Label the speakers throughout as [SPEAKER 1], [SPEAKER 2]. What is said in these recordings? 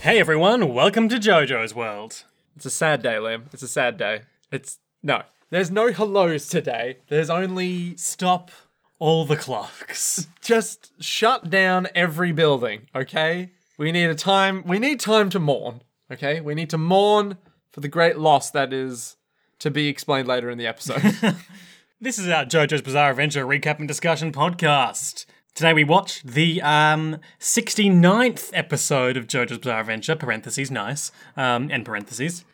[SPEAKER 1] Hey everyone, welcome to JoJo's World.
[SPEAKER 2] It's a sad day, Liam. It's a sad day. It's no. There's no hellos today. There's only
[SPEAKER 1] Stop all the clocks.
[SPEAKER 2] just shut down every building, okay? We need a time we need time to mourn, okay? We need to mourn for the great loss that is to be explained later in the episode.
[SPEAKER 1] This is our JoJo's Bizarre Adventure recap and discussion podcast. Today we watched the um, 69th episode of JoJo's Bizarre Adventure, parentheses nice, um, and parentheses.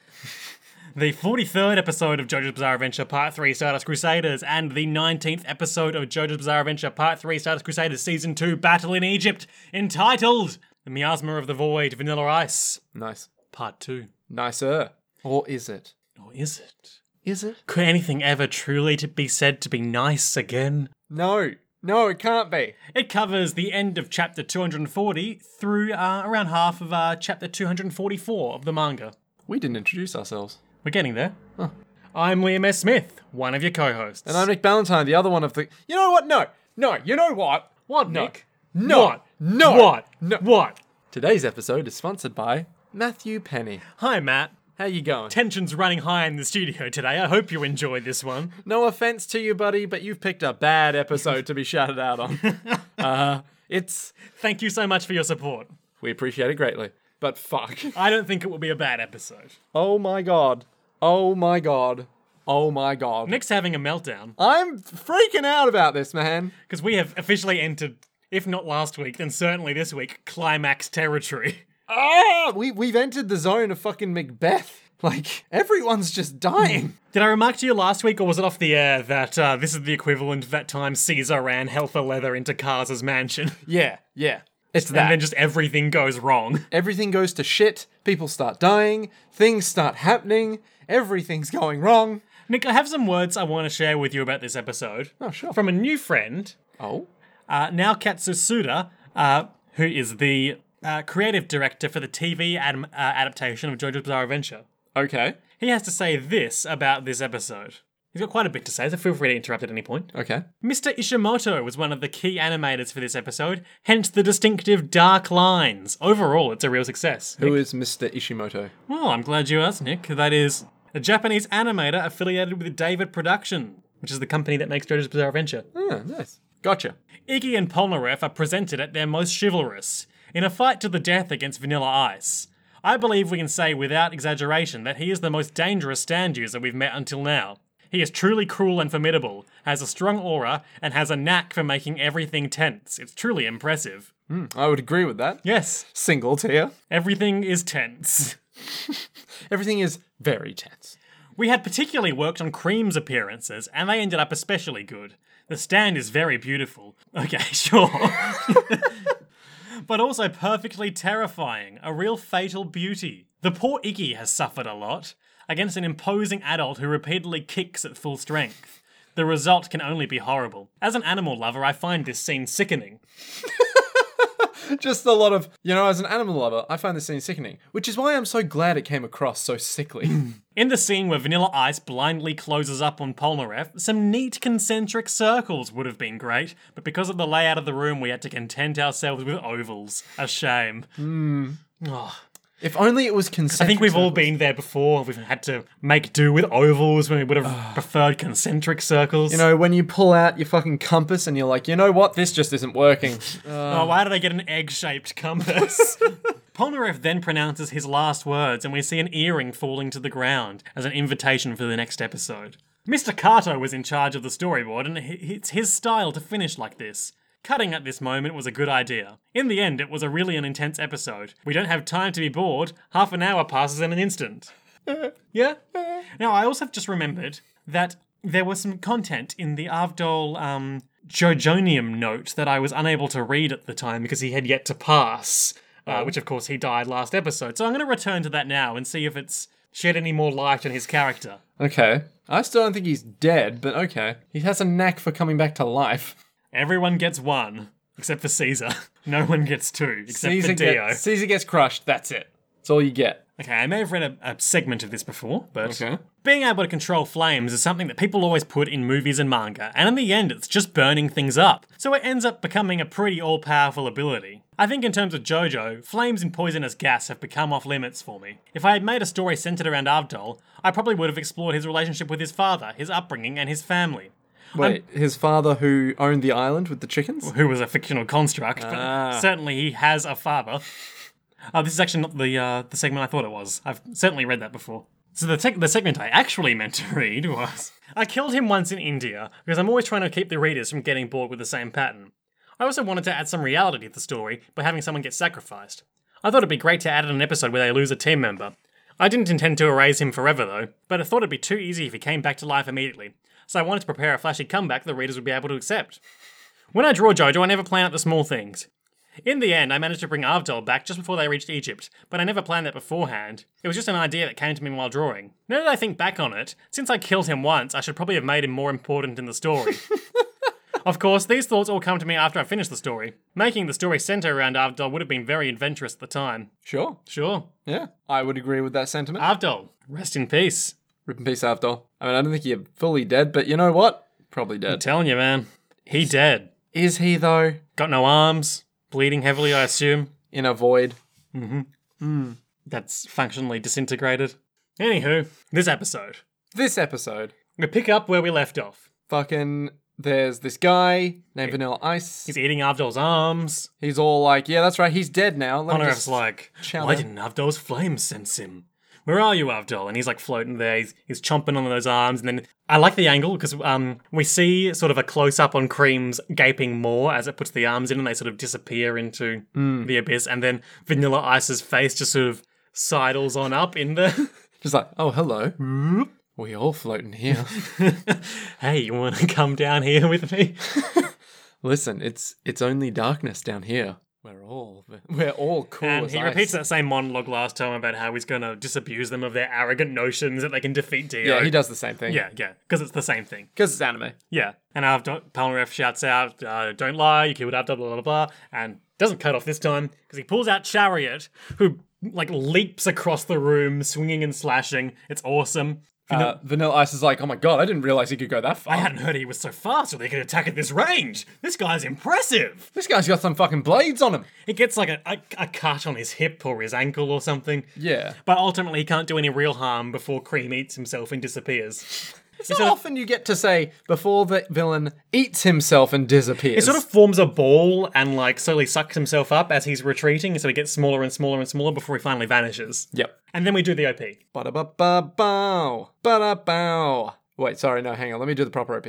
[SPEAKER 1] The 43rd episode of JoJo's Bizarre Adventure Part 3 Stardust Crusaders, and the 19th episode of JoJo's Bizarre Adventure Part 3 Stardust Crusaders Season 2 Battle in Egypt, entitled The Miasma of the Void Vanilla Ice,
[SPEAKER 2] nice.
[SPEAKER 1] Part 2.
[SPEAKER 2] Nicer. Or is it?
[SPEAKER 1] Or is it?
[SPEAKER 2] Is it?
[SPEAKER 1] Could anything ever truly to be said to be nice again?
[SPEAKER 2] No. No, it can't be.
[SPEAKER 1] It covers the end of chapter 240 through uh, around half of uh, chapter 244 of the manga.
[SPEAKER 2] We didn't introduce ourselves.
[SPEAKER 1] We're getting there. I'm Liam S. Smith, one of your co-hosts.
[SPEAKER 2] And I'm Nick Ballantyne, the other one of the You know what? No. No, you know what?
[SPEAKER 1] what,
[SPEAKER 2] No.
[SPEAKER 1] Nick?
[SPEAKER 2] No.
[SPEAKER 1] What?
[SPEAKER 2] No.
[SPEAKER 1] What?
[SPEAKER 2] No.
[SPEAKER 1] What?
[SPEAKER 2] Today's episode is sponsored by Matthew Penny.
[SPEAKER 1] Hi, Matt.
[SPEAKER 2] How you going?
[SPEAKER 1] Tension's running high in the studio today. I hope you enjoyed this one.
[SPEAKER 2] No offense to you, buddy, but you've picked a bad episode to be shouted out on. uh, it's
[SPEAKER 1] Thank you so much for your support.
[SPEAKER 2] we appreciate it greatly, but fuck.
[SPEAKER 1] I don't think it will be a bad episode.
[SPEAKER 2] Oh my god. Oh my god. Oh my god.
[SPEAKER 1] Nick's having a meltdown
[SPEAKER 2] I'm freaking out about this, man.
[SPEAKER 1] because we have officially entered, if not last week, then certainly this week, climax territory.
[SPEAKER 2] Ah, we we've entered the zone of fucking Macbeth. Like everyone's just dying.
[SPEAKER 1] Did I remark to you last week, or was it off the air, that uh, this is the equivalent of that time Caesar ran hell for leather into Kaz's mansion?
[SPEAKER 2] yeah, yeah. It's that.
[SPEAKER 1] And then just everything goes wrong.
[SPEAKER 2] Everything goes to shit. People start dying. Things start happening. Everything's going wrong.
[SPEAKER 1] Nick, I have some words I want to share with you about this episode.
[SPEAKER 2] Oh, sure.
[SPEAKER 1] From a new friend,
[SPEAKER 2] Oh.
[SPEAKER 1] uh, now Katsusuda, uh, who is the uh, creative director for the TV adam- uh, adaptation of JoJo's Bizarre Adventure.
[SPEAKER 2] Okay.
[SPEAKER 1] He has to say this about this episode. He's got quite a bit to say, so feel free to interrupt at any point.
[SPEAKER 2] Okay.
[SPEAKER 1] Mr. Ishimoto was one of the key animators for this episode, hence the distinctive dark lines. Overall, it's a real success.
[SPEAKER 2] Who is Mr. Ishimoto?
[SPEAKER 1] Well, I'm glad you asked, Nick. That is a Japanese animator affiliated with David Production, which is the company that makes JoJo's Bizarre Adventure.
[SPEAKER 2] Oh, nice. Gotcha.
[SPEAKER 1] Iggy and Polnareff are presented at their most chivalrous, in a fight to the death against Vanilla Ice. I believe we can say without exaggeration that he is the most dangerous stand user we've met until now. He is truly cruel and formidable, has a strong aura, and has a knack for making everything tense. It's truly impressive.
[SPEAKER 2] I would agree with that.
[SPEAKER 1] Yes,
[SPEAKER 2] Single tier.
[SPEAKER 1] everything is tense.
[SPEAKER 2] Everything is very tense.
[SPEAKER 1] We had particularly worked on Cream's appearances, and they ended up especially good. The stand is very beautiful. Okay, sure. but also perfectly terrifying, a real fatal beauty. The poor Iggy has suffered a lot against an imposing adult who repeatedly kicks at full strength. The result can only be horrible. As an animal lover, I find this scene sickening.
[SPEAKER 2] Just a lot of, you know, as an animal lover, I find this scene sickening, which is why I'm so glad it came across so sickly.
[SPEAKER 1] In the scene where Vanilla Ice blindly closes up on Polnareff, some neat concentric circles would have been great, but because of the layout of the room, we had to content ourselves with ovals. A shame. Oh,
[SPEAKER 2] if only it was
[SPEAKER 1] I
[SPEAKER 2] consensual.
[SPEAKER 1] think we've all been there before. We've had to make do with ovals when we would have preferred concentric circles.
[SPEAKER 2] You know, when you pull out your fucking compass and you're like, you know what, this just isn't working.
[SPEAKER 1] oh, why did I get an egg shaped compass? Polnareff then pronounces his last words, and we see an earring falling to the ground as an invitation for the next episode. Mr. Kato was in charge of the storyboard, and hi- it's his style to finish like this. Cutting at this moment was a good idea. In the end, it was a really an intense episode. We don't have time to be bored. Half an hour passes in an instant. yeah? Now, I also have just remembered that there was some content in the Avdol um, Jojonium note that I was unable to read at the time because he had yet to pass, uh, which of course he died last episode. So I'm going to return to that now and see if it's shed any more light on his character.
[SPEAKER 2] okay. I still don't think he's dead, but okay. He has a knack for coming back to life.
[SPEAKER 1] Everyone gets one, except for Caesar. No one gets two, except for Dio.
[SPEAKER 2] gets, Caesar gets crushed, that's it. That's all you get.
[SPEAKER 1] Okay, I may have read a, a segment of this before, but
[SPEAKER 2] Okay.
[SPEAKER 1] being able to control flames is something that people always put in movies and manga, and in the end, it's just burning things up. So it ends up becoming a pretty all powerful ability. I think, in terms of JoJo, flames and poisonous gas have become off limits for me. If I had made a story centered around Avdol, I probably would have explored his relationship with his father, his upbringing, and his family.
[SPEAKER 2] Wait, his father who owned the island with the chickens?
[SPEAKER 1] who was a fictional construct, but certainly he has a father. Uh, this is actually not the uh, the segment I thought it was. I've certainly read that before. So the, tec- the segment I actually meant to read was I killed him once in India because I'm always trying to keep the readers from getting bored with the same pattern. I also wanted to add some reality to the story by having someone get sacrificed. I thought it'd be great to add in an episode where they lose a team member. I didn't intend to erase him forever though, but I thought it'd be too easy if he came back to life immediately. So I wanted to prepare a flashy comeback the readers would be able to accept. When I draw JoJo, I never plan out the small things. In the end, I managed to bring Avdol back just before they reached Egypt, but I never planned that beforehand. It was just an idea that came to me while drawing. Now that I think back on it, since I killed him once, I should probably have made him more important in the story. of course, these thoughts all come to me after I finish the story. Making the story centre around Avdol would have been very adventurous at the time.
[SPEAKER 2] Sure.
[SPEAKER 1] Sure.
[SPEAKER 2] Yeah. I would agree with that sentiment.
[SPEAKER 1] Avdol, rest in peace.
[SPEAKER 2] Rip in peace, Avdol. I mean, I don't think he's fully dead, but you know what? Probably dead.
[SPEAKER 1] telling you, man. He dead.
[SPEAKER 2] Is he, though,
[SPEAKER 1] Got no arms, bleeding heavily, I assume.
[SPEAKER 2] in a void?
[SPEAKER 1] that's functionally disintegrated. Anywho, this episode,
[SPEAKER 2] This episode,
[SPEAKER 1] we pick up where we left off.
[SPEAKER 2] fucking, there's this guy named Vanilla Ice.
[SPEAKER 1] He's eating Avdol's arms.
[SPEAKER 2] He's all like, yeah, that's right, he's dead now. Let me
[SPEAKER 1] Honor
[SPEAKER 2] just-
[SPEAKER 1] is like,
[SPEAKER 2] shout
[SPEAKER 1] why
[SPEAKER 2] out."
[SPEAKER 1] didn't Avdol's flames sense him? Where are you, Avdol? And he's like floating there. He's, he's chomping on those arms. And then I like the angle because um, we see sort of a close up on Cream's gaping maw as it puts the arms in and they sort of disappear into the abyss. And then Vanilla Ice's face just sort of sidles on up in the.
[SPEAKER 2] Just like, oh, hello. We all floating here.
[SPEAKER 1] hey, you want to come down here with me?
[SPEAKER 2] Listen, it's it's only darkness down here. We're all we're all cool
[SPEAKER 1] And
[SPEAKER 2] as
[SPEAKER 1] he
[SPEAKER 2] ice.
[SPEAKER 1] repeats that same monologue last time about how he's going to disabuse them of their arrogant notions that they can defeat Dio.
[SPEAKER 2] Yeah, he does the same thing.
[SPEAKER 1] Yeah, yeah, because it's the same thing.
[SPEAKER 2] because it's anime.
[SPEAKER 1] Yeah. And after Polnareff shouts out, uh, don't lie, you killed Abdul, blah, blah, blah, and doesn't cut off this time because he pulls out Chariot, who, like, leaps across the room, swinging and slashing. It's awesome.
[SPEAKER 2] Uh, Vanilla Ice is like, oh my god, I didn't realize he could go that far.
[SPEAKER 1] I hadn't heard he was so fast or they could attack at this range. This guy's impressive.
[SPEAKER 2] this guy's got some fucking blades on him.
[SPEAKER 1] He gets, like, a, a, a cut on his hip or his ankle or something.
[SPEAKER 2] Yeah.
[SPEAKER 1] But ultimately, he can't do any real harm before Cream eats himself and disappears.
[SPEAKER 2] It's not often you get to say before the villain eats himself and disappears.
[SPEAKER 1] He sort of forms a ball and, like, slowly sucks himself up as he's retreating, so he gets smaller and smaller and smaller before he finally vanishes.
[SPEAKER 2] Yep.
[SPEAKER 1] And then we do the OP.
[SPEAKER 2] Ba ba ba bow. Ba da bow. Wait, sorry, no, hang on. Let me do the proper OP.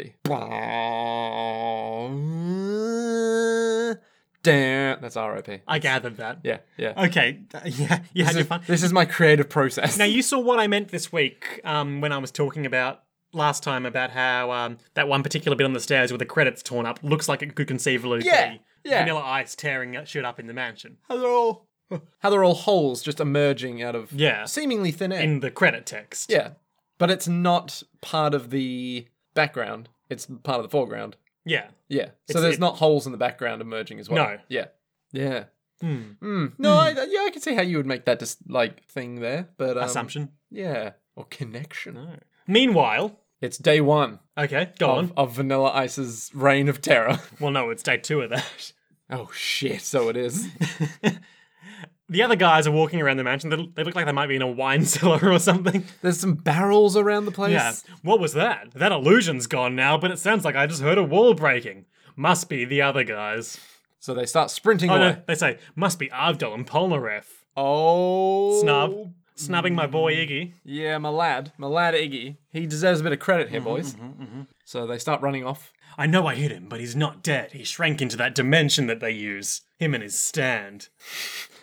[SPEAKER 2] Bow. Damn. That's our OP.
[SPEAKER 1] I gathered that.
[SPEAKER 2] Yeah, yeah.
[SPEAKER 1] Okay. th- Yeah, you had your fun.
[SPEAKER 2] This is my creative process.
[SPEAKER 1] Now, you saw what I meant this week um, when I was talking about last time about how um, that one particular bit on the stairs with the credits torn up looks like it could conceivably
[SPEAKER 2] Yeah,
[SPEAKER 1] be
[SPEAKER 2] yeah.
[SPEAKER 1] Vanilla Ice tearing that shit up in the mansion.
[SPEAKER 2] how they're all how they're all holes just emerging out of
[SPEAKER 1] Yeah.
[SPEAKER 2] seemingly thin air.
[SPEAKER 1] In the credit text.
[SPEAKER 2] yeah, but it's not part of the background. It's part of the foreground.
[SPEAKER 1] Yeah.
[SPEAKER 2] Yeah, so
[SPEAKER 1] It's-
[SPEAKER 2] there's
[SPEAKER 1] it-
[SPEAKER 2] not holes in the background emerging as well.
[SPEAKER 1] No. Hmm.
[SPEAKER 2] Yeah. Yeah. Mm. No, I, yeah, I can see how you would make that just like thing there, but um,
[SPEAKER 1] Assumption.
[SPEAKER 2] Yeah, or connection.
[SPEAKER 1] Meanwhile,
[SPEAKER 2] It's day one
[SPEAKER 1] okay, go on.
[SPEAKER 2] of, of Vanilla Ice's reign of terror.
[SPEAKER 1] Well, no, it's day two of that.
[SPEAKER 2] oh shit! So it is.
[SPEAKER 1] The other guys are walking around the mansion. They look, they look like they might be in a wine cellar or something.
[SPEAKER 2] There's some barrels around the place.
[SPEAKER 1] Yeah. What was that? That illusion's gone now, but it sounds like I just heard a wall breaking. Must be the other guys.
[SPEAKER 2] So they start sprinting
[SPEAKER 1] Oh,
[SPEAKER 2] away.
[SPEAKER 1] no, they say, must be Avdol and Polnareff.
[SPEAKER 2] Oh,
[SPEAKER 1] Snub. Snubbing my boy Iggy.
[SPEAKER 2] Yeah, my lad, my lad Iggy. He deserves a bit of credit
[SPEAKER 1] Mm-hmm,
[SPEAKER 2] here, boys. So they start running off.
[SPEAKER 1] I know I hit him, but he's not dead. He shrank into that dimension that they use. Him and his stand.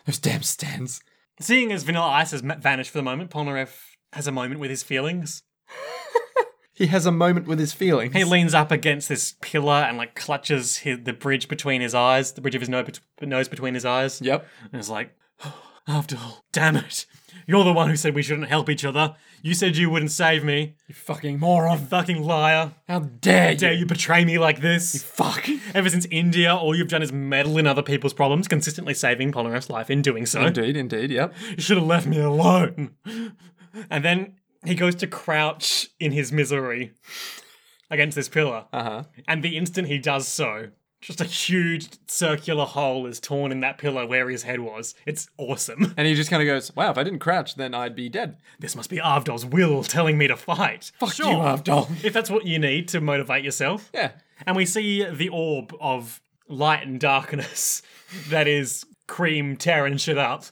[SPEAKER 2] Those damn stands.
[SPEAKER 1] Seeing as Vanilla Ice has ma- vanished for the moment, Polnareff has a moment with his feelings.
[SPEAKER 2] He has a moment with his feelings.
[SPEAKER 1] He leans up against this pillar and like clutches his, the bridge between his eyes, the bridge of his nose, bet- nose between his eyes,
[SPEAKER 2] Yep.
[SPEAKER 1] and is like, After all, damn it. You're the one who said we shouldn't help each other. You said you wouldn't save me.
[SPEAKER 2] You fucking moron.
[SPEAKER 1] Fucking liar.
[SPEAKER 2] How dare you?
[SPEAKER 1] Dare you betray me like this?
[SPEAKER 2] Fuck.
[SPEAKER 1] Ever since India, all you've done is meddle in other people's problems, consistently saving Polnareff's life in doing so.
[SPEAKER 2] Indeed, indeed, yep.
[SPEAKER 1] You should have left me alone. And then he goes to crouch in his misery against this pillar.
[SPEAKER 2] Uh-huh.
[SPEAKER 1] And the instant he does so, just a huge circular hole is torn in that pillar where his head was. It's awesome.
[SPEAKER 2] And he just kind of goes, wow, if I didn't crouch, then I'd be dead.
[SPEAKER 1] This must be Avdol's will telling me to fight. Fuck
[SPEAKER 2] You Avdol.
[SPEAKER 1] If that's what you need to motivate yourself.
[SPEAKER 2] yeah.
[SPEAKER 1] And we see the orb of light and darkness that is cream tearing shit up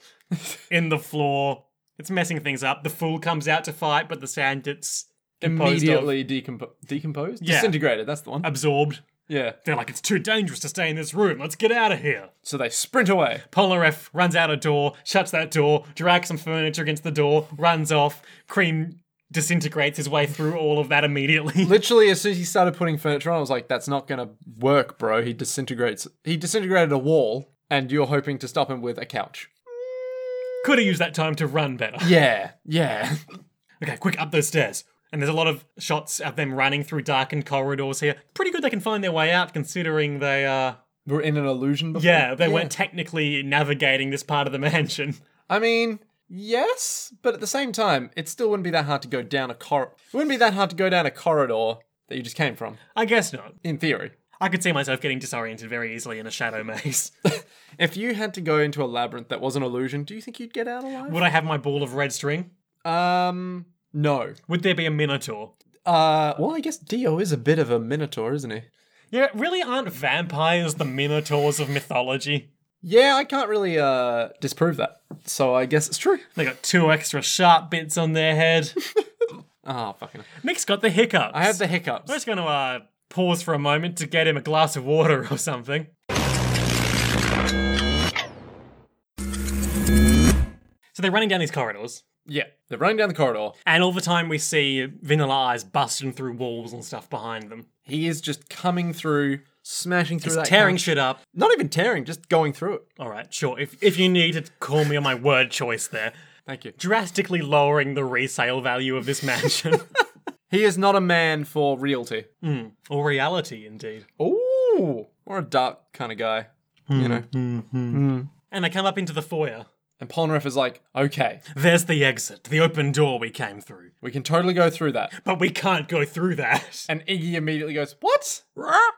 [SPEAKER 1] in the floor. It's messing things up. The fool comes out to fight, but the sand gets composed of-
[SPEAKER 2] Immediately decompo- decomposed? Disintegrated, that's the one.
[SPEAKER 1] absorbed.
[SPEAKER 2] yeah.
[SPEAKER 1] They're like, it's too dangerous to stay in this room. Let's get out of here.
[SPEAKER 2] So they sprint away.
[SPEAKER 1] Polnareff runs out a door, shuts that door, drags some furniture against the door, runs off. Cream disintegrates his way through all of that immediately.
[SPEAKER 2] Literally, as soon as he started putting furniture on, I was like, that's not going to work, bro. He disintegrates. He disintegrated a wall, and you're hoping to stop him with a couch.
[SPEAKER 1] Could have used that time to run better.
[SPEAKER 2] Yeah. Yeah.
[SPEAKER 1] Okay, quick up those stairs. And there's a lot of shots of them running through darkened corridors here. Pretty good they can find their way out considering they uh
[SPEAKER 2] We're in an illusion before.
[SPEAKER 1] yeah, they weren't technically navigating this part of the mansion.
[SPEAKER 2] I mean, yes, but at the same time, it still wouldn't be that hard to go down a cor. It wouldn't be that hard to go down a corridor that you just came from,
[SPEAKER 1] I guess not.
[SPEAKER 2] in theory.
[SPEAKER 1] I could see myself getting disoriented very easily in a shadow maze.
[SPEAKER 2] If you had to go into a labyrinth that was an illusion, do you think you'd get out alive?
[SPEAKER 1] Would I have my ball of red string?
[SPEAKER 2] Um, no.
[SPEAKER 1] Would there be a minotaur?
[SPEAKER 2] Uh, well, I guess Dio is a bit of a minotaur, isn't he?
[SPEAKER 1] Yeah, really aren't vampires the minotaurs of mythology?
[SPEAKER 2] Yeah, I can't really uh disprove that. So I guess it's true.
[SPEAKER 1] They got two extra sharp bits on their head.
[SPEAKER 2] Oh, fucking.
[SPEAKER 1] Nick's got the hiccups.
[SPEAKER 2] I had the hiccups.
[SPEAKER 1] I'm just going to uh, pause for a moment to get him a glass of water or something. So they're running down these corridors,
[SPEAKER 2] Yeah, they're running down the corridor.
[SPEAKER 1] and all the time we see Vanilla Eyes busting through walls and stuff behind them,
[SPEAKER 2] He is just coming through, smashing through that
[SPEAKER 1] tearing
[SPEAKER 2] couch.
[SPEAKER 1] shit up.
[SPEAKER 2] Not even tearing, just going through it.
[SPEAKER 1] All right, sure. If if you need to call me on my word choice there,
[SPEAKER 2] Thank you.
[SPEAKER 1] drastically lowering the resale value of this mansion
[SPEAKER 2] He is not a man for realty.
[SPEAKER 1] or reality, indeed.
[SPEAKER 2] Ooh, or a dark kind of guy, you know.
[SPEAKER 1] And they come up into the foyer.
[SPEAKER 2] And Polnareff is like, okay,
[SPEAKER 1] There's the exit, the open door we came through.
[SPEAKER 2] we can totally go through that.
[SPEAKER 1] But we can't go through that.
[SPEAKER 2] And Iggy immediately goes, what? That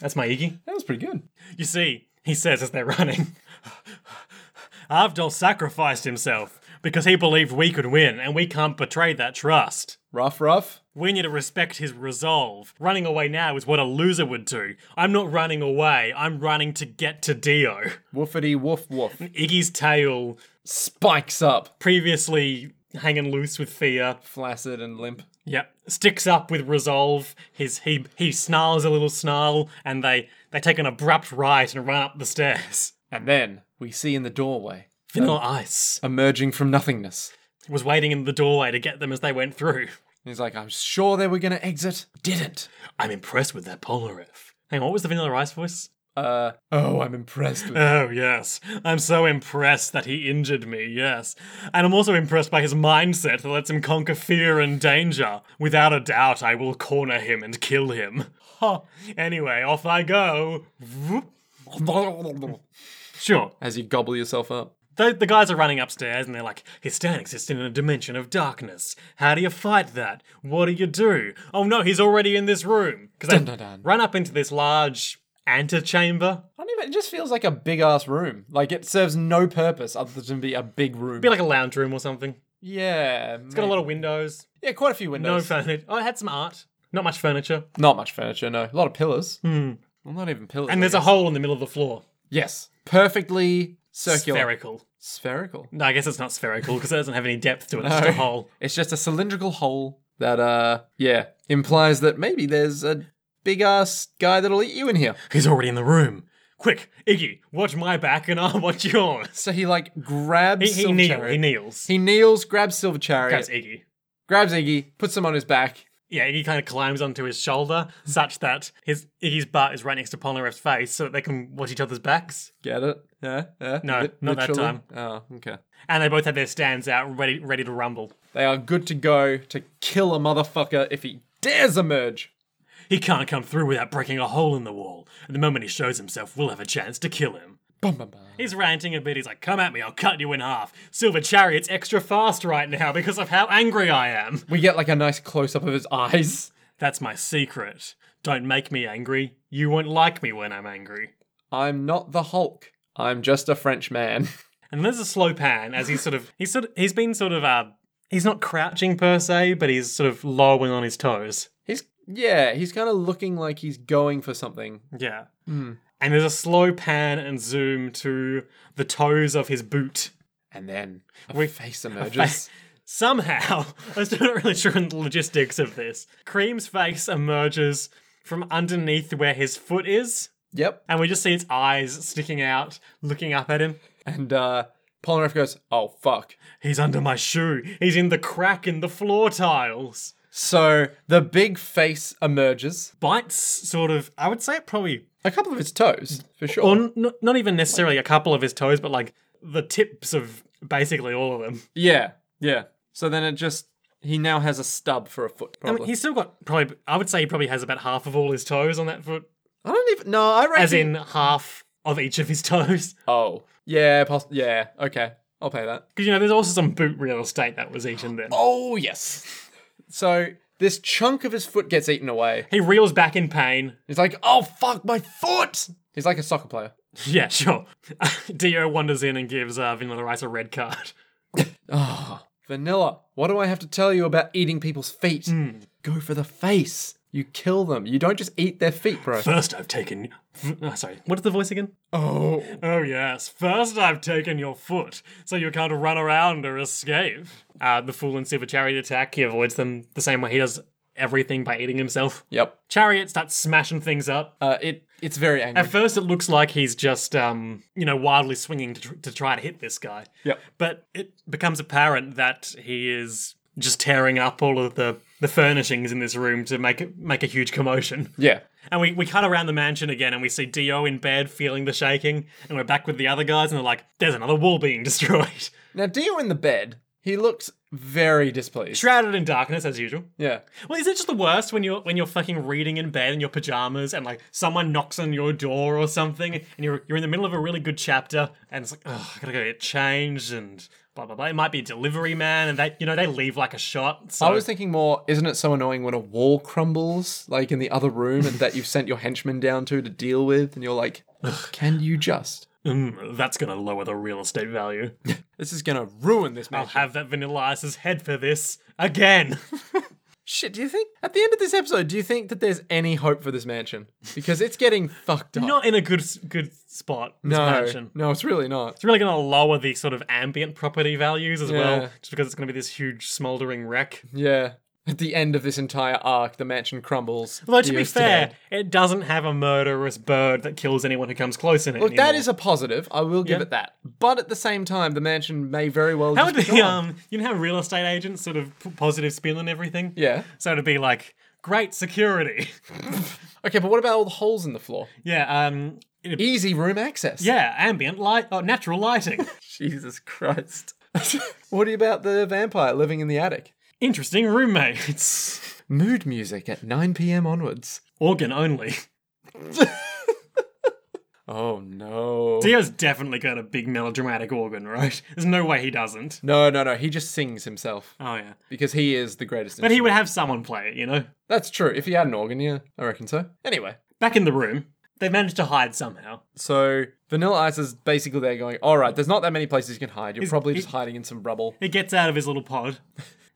[SPEAKER 1] That's my Iggy.
[SPEAKER 2] was pretty good.
[SPEAKER 1] You see, he says as they're running, Avdol sacrificed himself because he believed we could win, and we can't betray that trust.
[SPEAKER 2] Rough, rough.
[SPEAKER 1] We need to respect his resolve. Running away now is what a loser would do. I'm not running away, I'm running to get to Dio.
[SPEAKER 2] Woofity, woof, woof.
[SPEAKER 1] Iggy's tail,
[SPEAKER 2] Spikes up,
[SPEAKER 1] previously hanging loose with fear,
[SPEAKER 2] flaccid and limp.
[SPEAKER 1] Yep. Sticks up with resolve. His he he snarls a little snarl, and they they take an abrupt right and run up the stairs.
[SPEAKER 2] And then we see in the doorway,
[SPEAKER 1] Vanilla Ice
[SPEAKER 2] emerging from nothingness.
[SPEAKER 1] was waiting in the doorway to get them as they went through.
[SPEAKER 2] And he's like, I'm sure they were going to exit. Didn't.
[SPEAKER 1] I'm impressed with that Polnareff. Hang on, what was the Vanilla Ice voice?
[SPEAKER 2] Uh, oh, I'm impressed with
[SPEAKER 1] Oh yes, I'm so impressed that he injured me. Yes, and I'm also impressed by his mindset that lets him conquer fear and danger. Without a doubt, I will corner him and kill him. Ha! Anyway, off I go. Vroom. Sure.
[SPEAKER 2] As you gobble yourself up.
[SPEAKER 1] The, the guys are running upstairs and they're like, his stand exists in a dimension of darkness. How do you fight that? What do you do? Oh no, he's already in this room. Because they
[SPEAKER 2] Dun, dun, dun.
[SPEAKER 1] run up into this large antechamber.
[SPEAKER 2] I don't even. It just feels like a big ass room. Like it serves no purpose other than be a big room.
[SPEAKER 1] Be like a lounge room or something.
[SPEAKER 2] yeah, it's
[SPEAKER 1] Got a lot of windows,
[SPEAKER 2] Yeah, quite a few
[SPEAKER 1] no
[SPEAKER 2] windows.
[SPEAKER 1] furniture. Oh, it had some art. Not much furniture.
[SPEAKER 2] Not much furniture. No, a lot of pillars. Well, not even pillars.
[SPEAKER 1] Hmm. And there's a hole in the middle of the floor.
[SPEAKER 2] yes, perfectly circular,
[SPEAKER 1] Spherical.
[SPEAKER 2] spherical.
[SPEAKER 1] No, I guess it's not spherical because it doesn't have any depth to it. It's just a hole.
[SPEAKER 2] It's just a cylindrical hole that, uh, yeah, implies that maybe there's a big ass guy that'll eat you in here.
[SPEAKER 1] He's already in the room. Quick, Iggy, watch my back and I'll watch yours.
[SPEAKER 2] So he like grabs
[SPEAKER 1] He, he,
[SPEAKER 2] Silver
[SPEAKER 1] kneel,
[SPEAKER 2] Chariot.
[SPEAKER 1] he kneels.
[SPEAKER 2] He kneels, grabs Silver Chariot,
[SPEAKER 1] That's Iggy.
[SPEAKER 2] grabs Iggy, puts him on his back,
[SPEAKER 1] Yeah, Iggy kind of climbs onto his shoulder such that his Iggy's butt is right next to Polnareff's face so that they can watch each other's backs.
[SPEAKER 2] Get it? Yeah, yeah.
[SPEAKER 1] No, not that time.
[SPEAKER 2] Oh, okay.
[SPEAKER 1] And they both have their stands out ready ready to rumble.
[SPEAKER 2] They are good to go to kill a motherfucker if he dares emerge.
[SPEAKER 1] He can't come through without breaking a hole in the wall. And the moment he shows himself, we'll have a chance to kill him.
[SPEAKER 2] Bum, bum, bum.
[SPEAKER 1] He's ranting a bit. He's like, "Come at me, I'll cut you in half." Silver Chariot's extra fast right now because of how angry I am.
[SPEAKER 2] We get like a nice close up of his eyes.
[SPEAKER 1] That's my secret. Don't make me angry. You won't like me when I'm angry.
[SPEAKER 2] I'm not the Hulk. I'm just a French man.
[SPEAKER 1] And there's a slow pan as he's sort of he's sort of, he's been sort of uh he's not crouching per se, but he's sort of low and on his toes.
[SPEAKER 2] He's yeah, he's kind of looking like he's going for something.
[SPEAKER 1] Yeah. And there's a slow pan and zoom to the toes of his boot.
[SPEAKER 2] And then a face
[SPEAKER 1] Fa-
[SPEAKER 2] emerges.
[SPEAKER 1] Somehow, I'm still not really sure on the logistics of this. Cream's face emerges from underneath where his foot is,
[SPEAKER 2] yep.
[SPEAKER 1] and we just see its eyes sticking out, looking up at him.
[SPEAKER 2] And uh Polnareff goes, "Oh fuck."
[SPEAKER 1] He's under my shoe. He's in the crack in the floor tiles.
[SPEAKER 2] So the big face emerges.
[SPEAKER 1] Bites sort of, I would say it probably,
[SPEAKER 2] A couple of his toes, for sure.
[SPEAKER 1] or n- n- not even necessarily a couple of his toes, but like the tips of basically all of them.
[SPEAKER 2] Yeah, yeah. So then it just he now has a stub for a foot.
[SPEAKER 1] I
[SPEAKER 2] Probably.
[SPEAKER 1] mean, he's still got probably, I would say he probably has about half of all his toes on that foot,
[SPEAKER 2] I don't even. No, I reckon.
[SPEAKER 1] as in half of each of his toes.
[SPEAKER 2] oh, yeah, poss- yeah. Okay, I'll pay that.
[SPEAKER 1] Because you know, there's also some boot real estate that was eaten. Then
[SPEAKER 2] Oh yes. So this chunk of his foot gets eaten away.
[SPEAKER 1] he reels back in pain.
[SPEAKER 2] He's like, "Oh fuck, my foot!" He's like a soccer player.
[SPEAKER 1] Yeah, sure. Dio wanders in and gives uh, Vanilla Rice a red card.
[SPEAKER 2] Vanilla, what do I have to tell you about eating people's feet? Go for the face. You kill them. You don't just eat their feet, bro.
[SPEAKER 1] First, I've taken. Oh, sorry, what is the voice again?
[SPEAKER 2] Oh,
[SPEAKER 1] Oh yes, first I've taken your foot, so you can't run around or escape. Uh, the fool and silver chariot attack. He avoids them the same way he does everything by eating himself.
[SPEAKER 2] yep.
[SPEAKER 1] Chariot starts smashing things up.
[SPEAKER 2] Uh, it it's very angry.
[SPEAKER 1] At first, it looks like he's just, um, you know, wildly swinging to, tr- to try to hit this guy.
[SPEAKER 2] Yep.
[SPEAKER 1] But it becomes apparent that he is just tearing up all of the, the furnishings in this room to make it, make a huge commotion.
[SPEAKER 2] yeah.
[SPEAKER 1] And we, we cut around the mansion again and we see Dio in bed feeling the shaking. And we're back with the other guys and they're like, there's another wall being destroyed.
[SPEAKER 2] Now Dio in the bed. He looks very displeased.
[SPEAKER 1] Shrouded in darkness as usual.
[SPEAKER 2] Yeah.
[SPEAKER 1] Well, is it just the worst when you're when you're fucking reading in bed in your pajamas and like someone knocks on your door or something and you're you're in the middle of a really good chapter and it's like, oh, I gotta go get changed and blah blah blah. It might be a delivery man and they you know they leave like a shot. So
[SPEAKER 2] I was thinking more, isn't it so annoying when a wall crumbles, like in the other room, and that you've sent your henchman down to to deal with, and you're like, can you just?
[SPEAKER 1] "Mm, that's gonna lower the real estate value.
[SPEAKER 2] This is gonna ruin this
[SPEAKER 1] I'll
[SPEAKER 2] match.
[SPEAKER 1] have that vanilla ice's head for this again.
[SPEAKER 2] Oh, Shit, do you think at the end of this episode, do you think that there's any hope for this mansion? Because it's getting fucked up.
[SPEAKER 1] Not in a good s- good spot. This
[SPEAKER 2] no,
[SPEAKER 1] mansion.
[SPEAKER 2] no, it's really not.
[SPEAKER 1] It's really gonna lower the sort of ambient property values as
[SPEAKER 2] Yeah.
[SPEAKER 1] well, just because it's gonna be this huge smoldering wreck.
[SPEAKER 2] Yeah, at the end of this entire arc, the mansion crumbles.
[SPEAKER 1] Although to be
[SPEAKER 2] Dio's
[SPEAKER 1] fair,
[SPEAKER 2] dead.
[SPEAKER 1] it doesn't have a murderous bird that kills anyone who comes close in it.
[SPEAKER 2] Look, that
[SPEAKER 1] anymore.
[SPEAKER 2] is a positive. I will give
[SPEAKER 1] Yeah.
[SPEAKER 2] it that. But at the same time, the mansion may very well.
[SPEAKER 1] that
[SPEAKER 2] just
[SPEAKER 1] would
[SPEAKER 2] be
[SPEAKER 1] be
[SPEAKER 2] gone.
[SPEAKER 1] um, you know how real estate agents sort of put positive spin on everything.
[SPEAKER 2] Yeah.
[SPEAKER 1] So it'd be like great security.
[SPEAKER 2] Okay, but what about all the holes in the floor?
[SPEAKER 1] yeah. Um. it'd-
[SPEAKER 2] Easy room access.
[SPEAKER 1] yeah. Ambient light. Oh, natural lighting.
[SPEAKER 2] Jesus Christ. what about the vampire living in the attic?
[SPEAKER 1] Interesting roommates.
[SPEAKER 2] Mood music at 9 p.m. onwards.
[SPEAKER 1] Organ only.
[SPEAKER 2] Oh no.
[SPEAKER 1] Dio's definitely got a big melodramatic organ, right? There's no way he doesn't.
[SPEAKER 2] no, no, no. He just sings himself
[SPEAKER 1] Oh yeah.
[SPEAKER 2] because he is the greatest.
[SPEAKER 1] But he would have someone play it, you know.
[SPEAKER 2] That's true. If he had an organ, yeah, I reckon so. Anyway,
[SPEAKER 1] Back in the room, they managed to hide somehow.
[SPEAKER 2] so Vanilla Ice is basically there going, all right, there's not that many places you can hide. You're probably
[SPEAKER 1] he-
[SPEAKER 2] just hiding in some rubble.
[SPEAKER 1] He gets out of his little pod.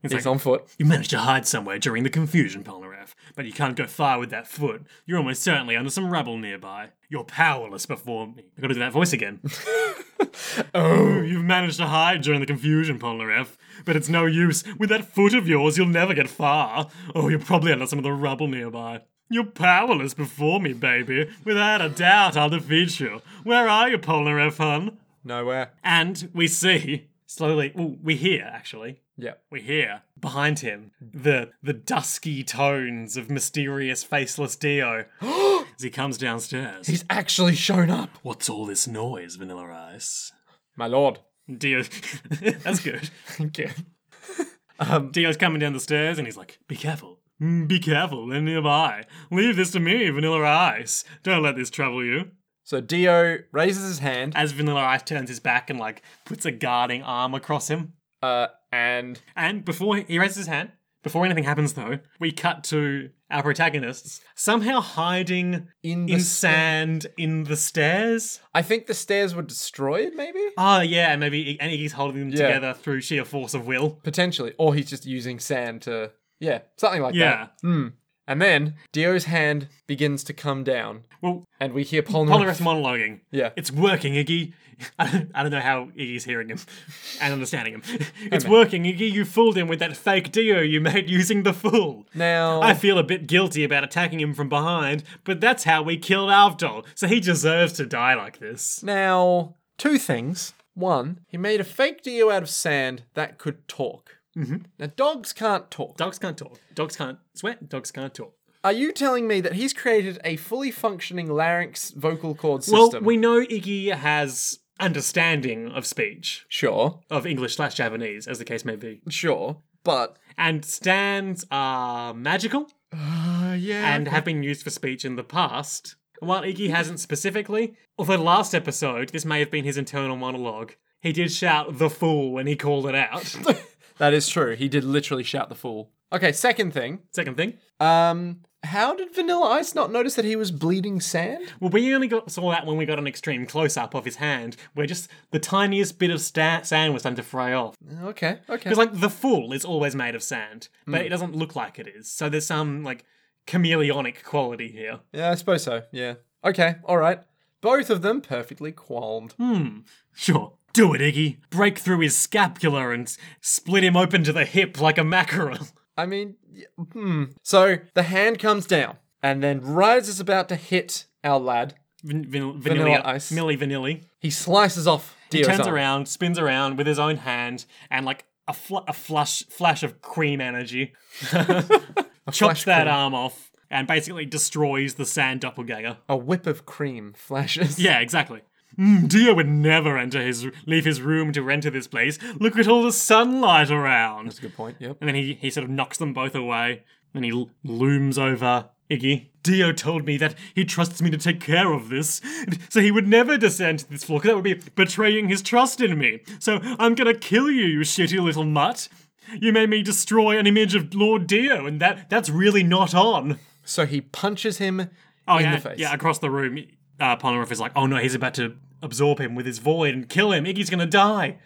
[SPEAKER 2] He's on foot.
[SPEAKER 1] You managed to hide somewhere during the confusion, Polnareff, but you can't go far with that foot. You're almost certainly under some rubble nearby. You're powerless before me. I gotta do that voice again. oh, you've managed to hide during the confusion, Polnareff, but it's no use. With that foot of yours, you'll never get far. Oh, you're probably under some of the rubble nearby. You're powerless before me, baby. Without a doubt, I'll defeat you. Where are you, Polnareff, hun?
[SPEAKER 2] Nowhere.
[SPEAKER 1] And we see Slowly, well, we hear actually,
[SPEAKER 2] Yeah.
[SPEAKER 1] we hear behind him the the dusky tones of mysterious faceless Dio as he comes downstairs.
[SPEAKER 2] He's actually shown up.
[SPEAKER 1] What's all this noise, Vanilla Ice?
[SPEAKER 2] My lord.
[SPEAKER 1] Dio, that's good.
[SPEAKER 2] Thank you.
[SPEAKER 1] Dio's coming down the stairs and he's like, "Be careful." Mm, Be careful, they're nearby. Leave this to me, Vanilla Ice. Don't let this trouble you.
[SPEAKER 2] So Dio raises his hand
[SPEAKER 1] As Vanilla Ice turns his back and like puts a guarding arm across him,
[SPEAKER 2] uh, and
[SPEAKER 1] And before he raises his hand, before anything happens though, we cut to our protagonists somehow hiding
[SPEAKER 2] in the
[SPEAKER 1] in
[SPEAKER 2] s-
[SPEAKER 1] sand in the stairs.
[SPEAKER 2] I think the stairs were destroyed, maybe?
[SPEAKER 1] Oh yeah, and maybe and he's holding them
[SPEAKER 2] Yeah.
[SPEAKER 1] together through sheer force of will.
[SPEAKER 2] Potentially. Or he's just using sand to. Yeah, something like
[SPEAKER 1] Yeah.
[SPEAKER 2] that. Hmm. And then Dio's hand begins to come down,
[SPEAKER 1] Well,
[SPEAKER 2] and we hear Polnareff.
[SPEAKER 1] Polnareff monologuing.
[SPEAKER 2] Yeah.
[SPEAKER 1] It's working, Iggy. I don't, I don't know how Iggy's hearing him and understanding him. It's working, Iggy. You fooled him with that fake Dio you made using the fool.
[SPEAKER 2] now.
[SPEAKER 1] I feel a bit guilty about attacking him from behind, but that's how we killed Avdol, so he deserves to die like this.
[SPEAKER 2] Now, two things. One, he made a fake Dio out of sand that could talk. Mm-hmm. Now, dogs can't talk.
[SPEAKER 1] Dogs can't talk. Dogs can't sweat. Dogs can't talk.
[SPEAKER 2] Are you telling me that he's created a fully functioning larynx vocal cord
[SPEAKER 1] Well,
[SPEAKER 2] system?
[SPEAKER 1] we know Iggy has understanding of speech,
[SPEAKER 2] Sure,
[SPEAKER 1] of English slash Japanese, as the case may be.
[SPEAKER 2] sure, but.
[SPEAKER 1] And stands are magical
[SPEAKER 2] Uh, yeah.
[SPEAKER 1] and have been used for speech in the past. While Iggy hasn't specifically, although last episode, this may have been his internal monologue, he did shout the fool when he called it out.
[SPEAKER 2] that is true. He did literally shout the fool. Okay, second thing.
[SPEAKER 1] Second thing,
[SPEAKER 2] Um, how did Vanilla Ice not notice that he was bleeding sand?
[SPEAKER 1] Well, we only got, saw that when we got an extreme close up of his hand, where just the tiniest bit of sta- sand was starting to fray off.
[SPEAKER 2] Okay, okay.
[SPEAKER 1] Because, like, the fool is always made of sand, but it doesn't look like it is. So there's some, like, chameleonic quality here.
[SPEAKER 2] Yeah, I suppose so. Yeah. Okay, all right. Both of them perfectly qualmed.
[SPEAKER 1] Hmm. Sure. Do it, Iggy. Break through his scapula and s- split him open to the hip like a mackerel.
[SPEAKER 2] I mean, y- hmm. So the hand comes down, and then Rise is about to hit our lad.
[SPEAKER 1] Van- van-
[SPEAKER 2] Vanilla
[SPEAKER 1] vanilla
[SPEAKER 2] ice.
[SPEAKER 1] Milli Vanilli.
[SPEAKER 2] He slices off Dio's
[SPEAKER 1] Turns
[SPEAKER 2] arm.
[SPEAKER 1] around, spins around with his own hand, and, like, a, fl- a flush, flash of cream energy chops
[SPEAKER 2] Flash
[SPEAKER 1] that
[SPEAKER 2] cream.
[SPEAKER 1] arm off and basically destroys the sand doppelganger.
[SPEAKER 2] A whip of cream flashes.
[SPEAKER 1] Yeah, exactly. Mm, Dio would never enter his leave his room to enter this place. Look at all the sunlight around.
[SPEAKER 2] Good point. Yep.
[SPEAKER 1] And then he, he sort of knocks them both away. Then he l- looms over Iggy. Dio told me that he trusts me to take care of this, so he would never descend to this floor, 'cause that would be betraying his trust in me. So I'm gonna kill you, you shitty little mutt. You made me destroy an image of Lord Dio, and that that's really not on.
[SPEAKER 2] So he punches him
[SPEAKER 1] Oh,
[SPEAKER 2] in
[SPEAKER 1] yeah,
[SPEAKER 2] the face.
[SPEAKER 1] yeah, across the room, uh, Polnareff is like, oh no, he's about to absorb him with his void and kill him. Iggy's gonna die.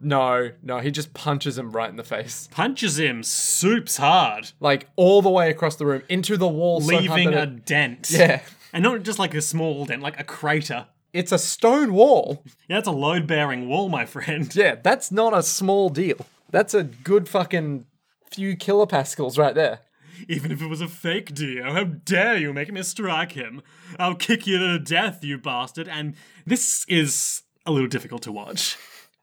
[SPEAKER 2] No, no, he just punches him right in the face.
[SPEAKER 1] Punches him, soups hard,
[SPEAKER 2] Like all the way across the room into the wall. so hard
[SPEAKER 1] leaving
[SPEAKER 2] that
[SPEAKER 1] a
[SPEAKER 2] it-
[SPEAKER 1] dent.
[SPEAKER 2] Yeah.
[SPEAKER 1] And not just like a small dent, like a crater.
[SPEAKER 2] It's a stone wall.
[SPEAKER 1] Yeah, that's a load bearing wall, my friend.
[SPEAKER 2] Yeah, that's not a small deal. That's a good fucking few kilopascals right there.
[SPEAKER 1] Even if it was a fake Dio, how dare you make me strike him? I'll kick you to death, you bastard. And this is a little difficult to watch.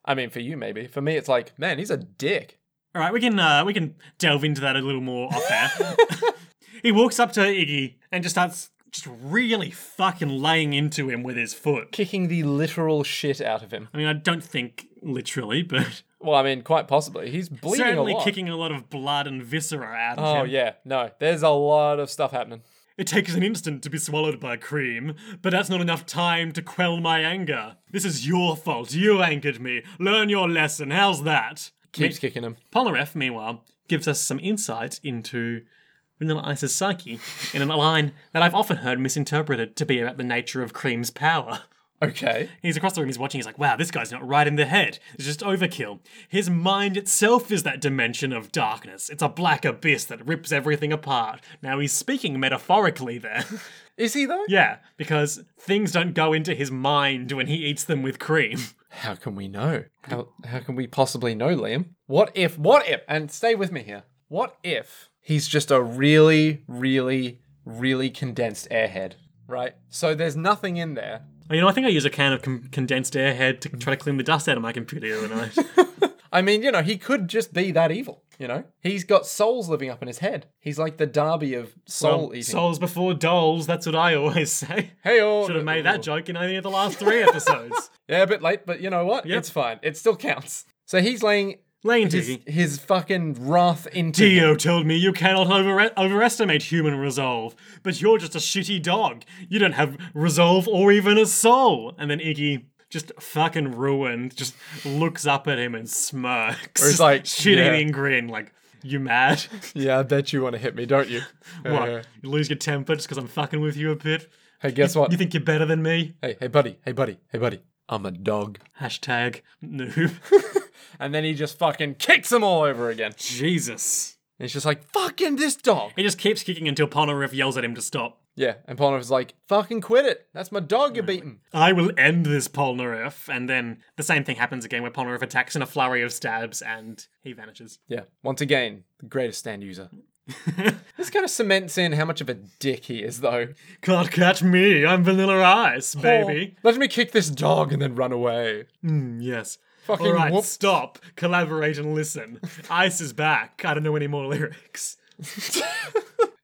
[SPEAKER 2] I mean, for you maybe. For me, it's like, man, he's a dick.
[SPEAKER 1] All right, we can uh, we can delve into that a little more off air. he walks up to Iggy and just starts just really fucking laying into him with his foot.
[SPEAKER 2] Kicking the literal shit out of him.
[SPEAKER 1] I mean, I don't think literally, but
[SPEAKER 2] Well, I mean, quite possibly. He's bleeding
[SPEAKER 1] certainly
[SPEAKER 2] a lot.
[SPEAKER 1] kicking a lot of blood and viscera out of
[SPEAKER 2] oh
[SPEAKER 1] him.
[SPEAKER 2] yeah, no, there's a lot of stuff happening.
[SPEAKER 1] It takes an instant to be swallowed by cream, but that's not enough time to quell my anger. This is your fault. You angered me. Learn your lesson. How's that?
[SPEAKER 2] Keeps kicking him.
[SPEAKER 1] Polnareff, meanwhile, gives us some insight into Vanilla Ice's psyche in a line that I've often heard misinterpreted to be about the nature of Cream's power.
[SPEAKER 2] Okay.
[SPEAKER 1] He's across the room, he's watching, he's like, wow, this guy's not right in the head. It's just overkill. His mind itself is that dimension of darkness. It's a black abyss that rips everything apart. Now he's speaking metaphorically there.
[SPEAKER 2] Is he though?
[SPEAKER 1] yeah, because things don't go into his mind when he eats them with cream.
[SPEAKER 2] How can we know? How how can we possibly know, Liam? What if? What if? And stay with me here. What if he's just a really, really, really condensed airhead, right? So there's nothing in there.
[SPEAKER 1] Oh, you know, I think I use a can of con- condensed airhead to try to clean the dust out of my computer the other night.
[SPEAKER 2] I mean, you know, he could just be that evil, you know? He's got souls living up in his head. He's like the Derby of soul
[SPEAKER 1] Well,
[SPEAKER 2] eating.
[SPEAKER 1] Um, Souls before dolls, that's what I always say.
[SPEAKER 2] hey, oh,
[SPEAKER 1] Should have made that joke in only the last three episodes.
[SPEAKER 2] Yeah, a bit late, but you know what? It's fine. It still counts. So he's laying
[SPEAKER 1] Lane
[SPEAKER 2] his,
[SPEAKER 1] Diggy.
[SPEAKER 2] his fucking wrath into.
[SPEAKER 1] Dio told me you cannot over- overestimate human resolve, but you're just a shitty dog. You don't have resolve or even a soul. And then Iggy, just fucking ruined, just looks up at him and smirks.
[SPEAKER 2] Or he's like,
[SPEAKER 1] shit
[SPEAKER 2] yeah.
[SPEAKER 1] eating grin, like, you mad?
[SPEAKER 2] yeah, I bet you want to hit me, don't you?
[SPEAKER 1] what?
[SPEAKER 2] Uh,
[SPEAKER 1] You lose your temper just because I'm fucking with you a bit?
[SPEAKER 2] hey, guess what?
[SPEAKER 1] You think you're better than me?
[SPEAKER 2] hey, hey, buddy. Hey, buddy. Hey, buddy. I'm a dog.
[SPEAKER 1] Hashtag noob.
[SPEAKER 2] And then he just fucking kicks them all over again.
[SPEAKER 1] Jesus.
[SPEAKER 2] And he's just like, fucking this dog.
[SPEAKER 1] He just keeps kicking until Polnareff yells at him to stop.
[SPEAKER 2] Yeah, and Polnareff's like, fucking quit it. That's my dog you're beating.
[SPEAKER 1] I will end this Polnareff, and then the same thing happens again where Polnareff attacks in a flurry of stabs and he vanishes.
[SPEAKER 2] Yeah, once again, the greatest stand user. this kind of cements in how much of a dick he is, though.
[SPEAKER 1] Can't catch me, I'm Vanilla Ice, baby.
[SPEAKER 2] Oh, let me kick this dog and then run away.
[SPEAKER 1] Mm, yes.
[SPEAKER 2] Fucking
[SPEAKER 1] All right,
[SPEAKER 2] whoop.
[SPEAKER 1] stop, collaborate and listen. Ice is back. I don't know any more lyrics.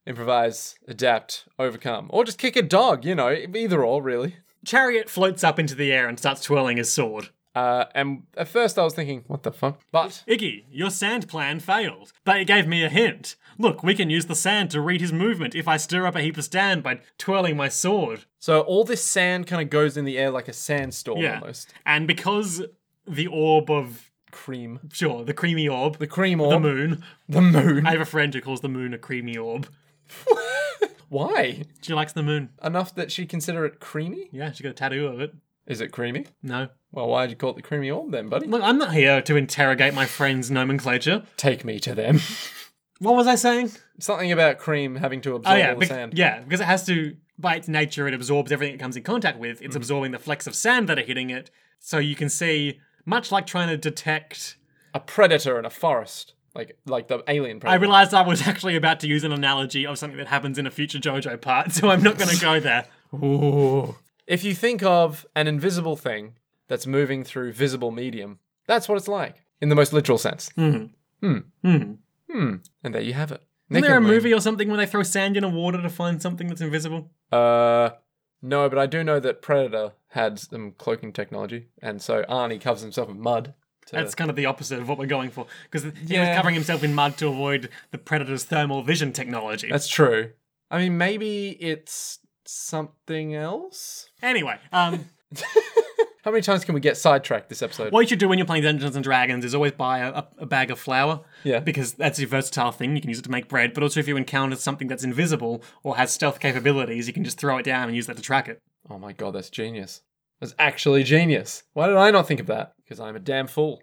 [SPEAKER 2] Improvise, adapt, overcome, or just kick a dog. You know, either or really.
[SPEAKER 1] Chariot floats up into the air and starts twirling his sword.
[SPEAKER 2] Uh, and at first I was thinking, what the fuck? But
[SPEAKER 1] Iggy, your sand plan failed, but it gave me a hint. Look, we can use the sand to read his movement if I stir up a heap of sand by twirling my sword.
[SPEAKER 2] so all this sand kind of goes in the air like a sandstorm
[SPEAKER 1] Yeah.
[SPEAKER 2] almost.
[SPEAKER 1] And because the orb of
[SPEAKER 2] Cream,
[SPEAKER 1] sure, the creamy orb,
[SPEAKER 2] the
[SPEAKER 1] the,
[SPEAKER 2] cream orb, the moon.
[SPEAKER 1] moon. I have a friend who calls the moon a creamy orb.
[SPEAKER 2] Why?
[SPEAKER 1] She likes the moon.
[SPEAKER 2] Enough that she consider it creamy?
[SPEAKER 1] Yeah, she got a tattoo of it.
[SPEAKER 2] Is it creamy?
[SPEAKER 1] No.
[SPEAKER 2] Well, why'd you call it the creamy orb then, buddy?
[SPEAKER 1] Look, I'm not here to interrogate my friend's nomenclature.
[SPEAKER 2] Take me to them.
[SPEAKER 1] What was I saying?
[SPEAKER 2] Something about cream having to absorb
[SPEAKER 1] Oh yeah,
[SPEAKER 2] all the
[SPEAKER 1] bec-
[SPEAKER 2] sand.
[SPEAKER 1] yeah, because it has to by its nature it absorbs everything it comes in contact with. It's absorbing the flecks of sand that are hitting it. So you can see much like trying to detect
[SPEAKER 2] A predator in a forest, like like the alien
[SPEAKER 1] I
[SPEAKER 2] predator.
[SPEAKER 1] realized I was actually about to use an analogy of something that happens in a future JoJo part, so I'm not going to go there.
[SPEAKER 2] If you think of an invisible thing that's moving through visible medium, that's what it's like in the most literal sense. Hmm. Hmm. Hmm. And there you have it.
[SPEAKER 1] Isn't there a
[SPEAKER 2] Nickelmoon.
[SPEAKER 1] movie or something where they throw sand in a water to find something that's invisible?
[SPEAKER 2] Uh, no, but I do know that Predator had some cloaking technology, and so Arnie covers himself in mud. To...
[SPEAKER 1] That's kind of the opposite of what we're going for, because he
[SPEAKER 2] Yeah.
[SPEAKER 1] was covering himself in mud to avoid the predator's thermal vision technology.
[SPEAKER 2] That's true. I mean, maybe it's something else.
[SPEAKER 1] Anyway, um,
[SPEAKER 2] How many times can we get sidetracked this episode?
[SPEAKER 1] what you should do when you're playing Dungeons and Dragons is always buy a, a- a bag of flour.
[SPEAKER 2] Yeah.
[SPEAKER 1] Because that's a versatile thing. You can use it to make bread, but also if you encounter something that's invisible or has stealth capabilities, you can just throw it down and use that to track it.
[SPEAKER 2] Oh my god, that's genius. That's actually genius. Why did I not think of that? Because I'm a damn fool.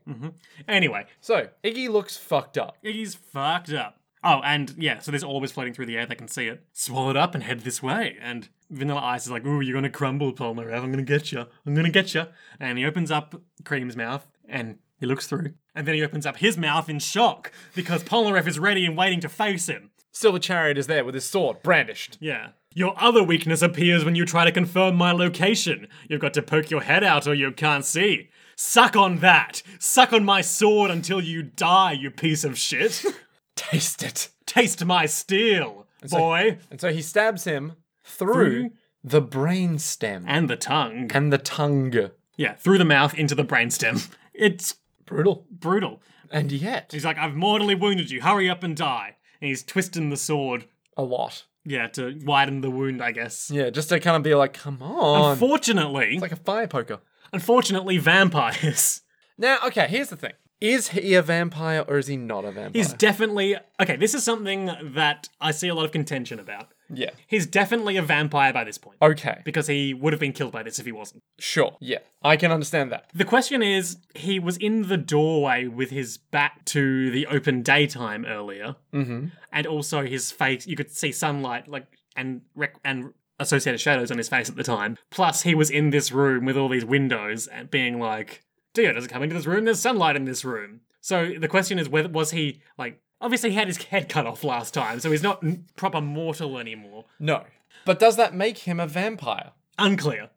[SPEAKER 1] Anyway,
[SPEAKER 2] So, Iggy looks fucked up.
[SPEAKER 1] Iggy's fucked up. Oh, and yeah, so there's always floating through the air. They can see it. Swallow it up and head this way. And Vanilla Ice is like, "Ooh, you're gonna crumble, Palmer. I'm gonna get you. I'm gonna get you." And he opens up Cream's mouth and he looks through. And then he opens up his mouth in shock because Polnareff is ready and waiting to face him.
[SPEAKER 2] Silver Chariot is there with his sword brandished.
[SPEAKER 1] Yeah. Your other weakness appears when you try to confirm my location. You've got to poke your head out or you can't see. Suck on that. Suck on my sword until you die, you piece of shit.
[SPEAKER 2] Taste it.
[SPEAKER 1] Taste my steel, boy.
[SPEAKER 2] And so he stabs him through, the brain stem
[SPEAKER 1] and the tongue.
[SPEAKER 2] and the tongue.
[SPEAKER 1] Yeah, through the mouth into the brainstem. It's
[SPEAKER 2] Brutal.
[SPEAKER 1] brutal.
[SPEAKER 2] And yet,
[SPEAKER 1] He's like, I've mortally wounded you. Hurry up and die. And he's twisting the sword.
[SPEAKER 2] a lot.
[SPEAKER 1] Yeah, to widen the wound, I guess.
[SPEAKER 2] Yeah, just to kind of be like, come on.
[SPEAKER 1] Fortunately,
[SPEAKER 2] like a fire poker.
[SPEAKER 1] unfortunately, vampires.
[SPEAKER 2] Now, okay, here's the thing. Is he a vampire or is he not a vampire?
[SPEAKER 1] He's definitely okay. This is something that I see a lot of contention about.
[SPEAKER 2] yeah.
[SPEAKER 1] He's definitely a vampire by this point
[SPEAKER 2] Okay.
[SPEAKER 1] because he would have been killed by this if he wasn't.
[SPEAKER 2] Sure. Yeah. I can understand that.
[SPEAKER 1] The question is, he was in the doorway with his back to the open daytime earlier, mm-hmm. and also his face—you could see sunlight, like and rec- and associated shadows on his face at the time. Plus, he was in this room with all these windows, and being like, "Dio doesn't come into this room. There's sunlight in this room." So the question is, whether was he like? Obviously, he had his head cut off last time, so he's not n- proper mortal anymore.
[SPEAKER 2] No. But does that make him a vampire?
[SPEAKER 1] Unclear.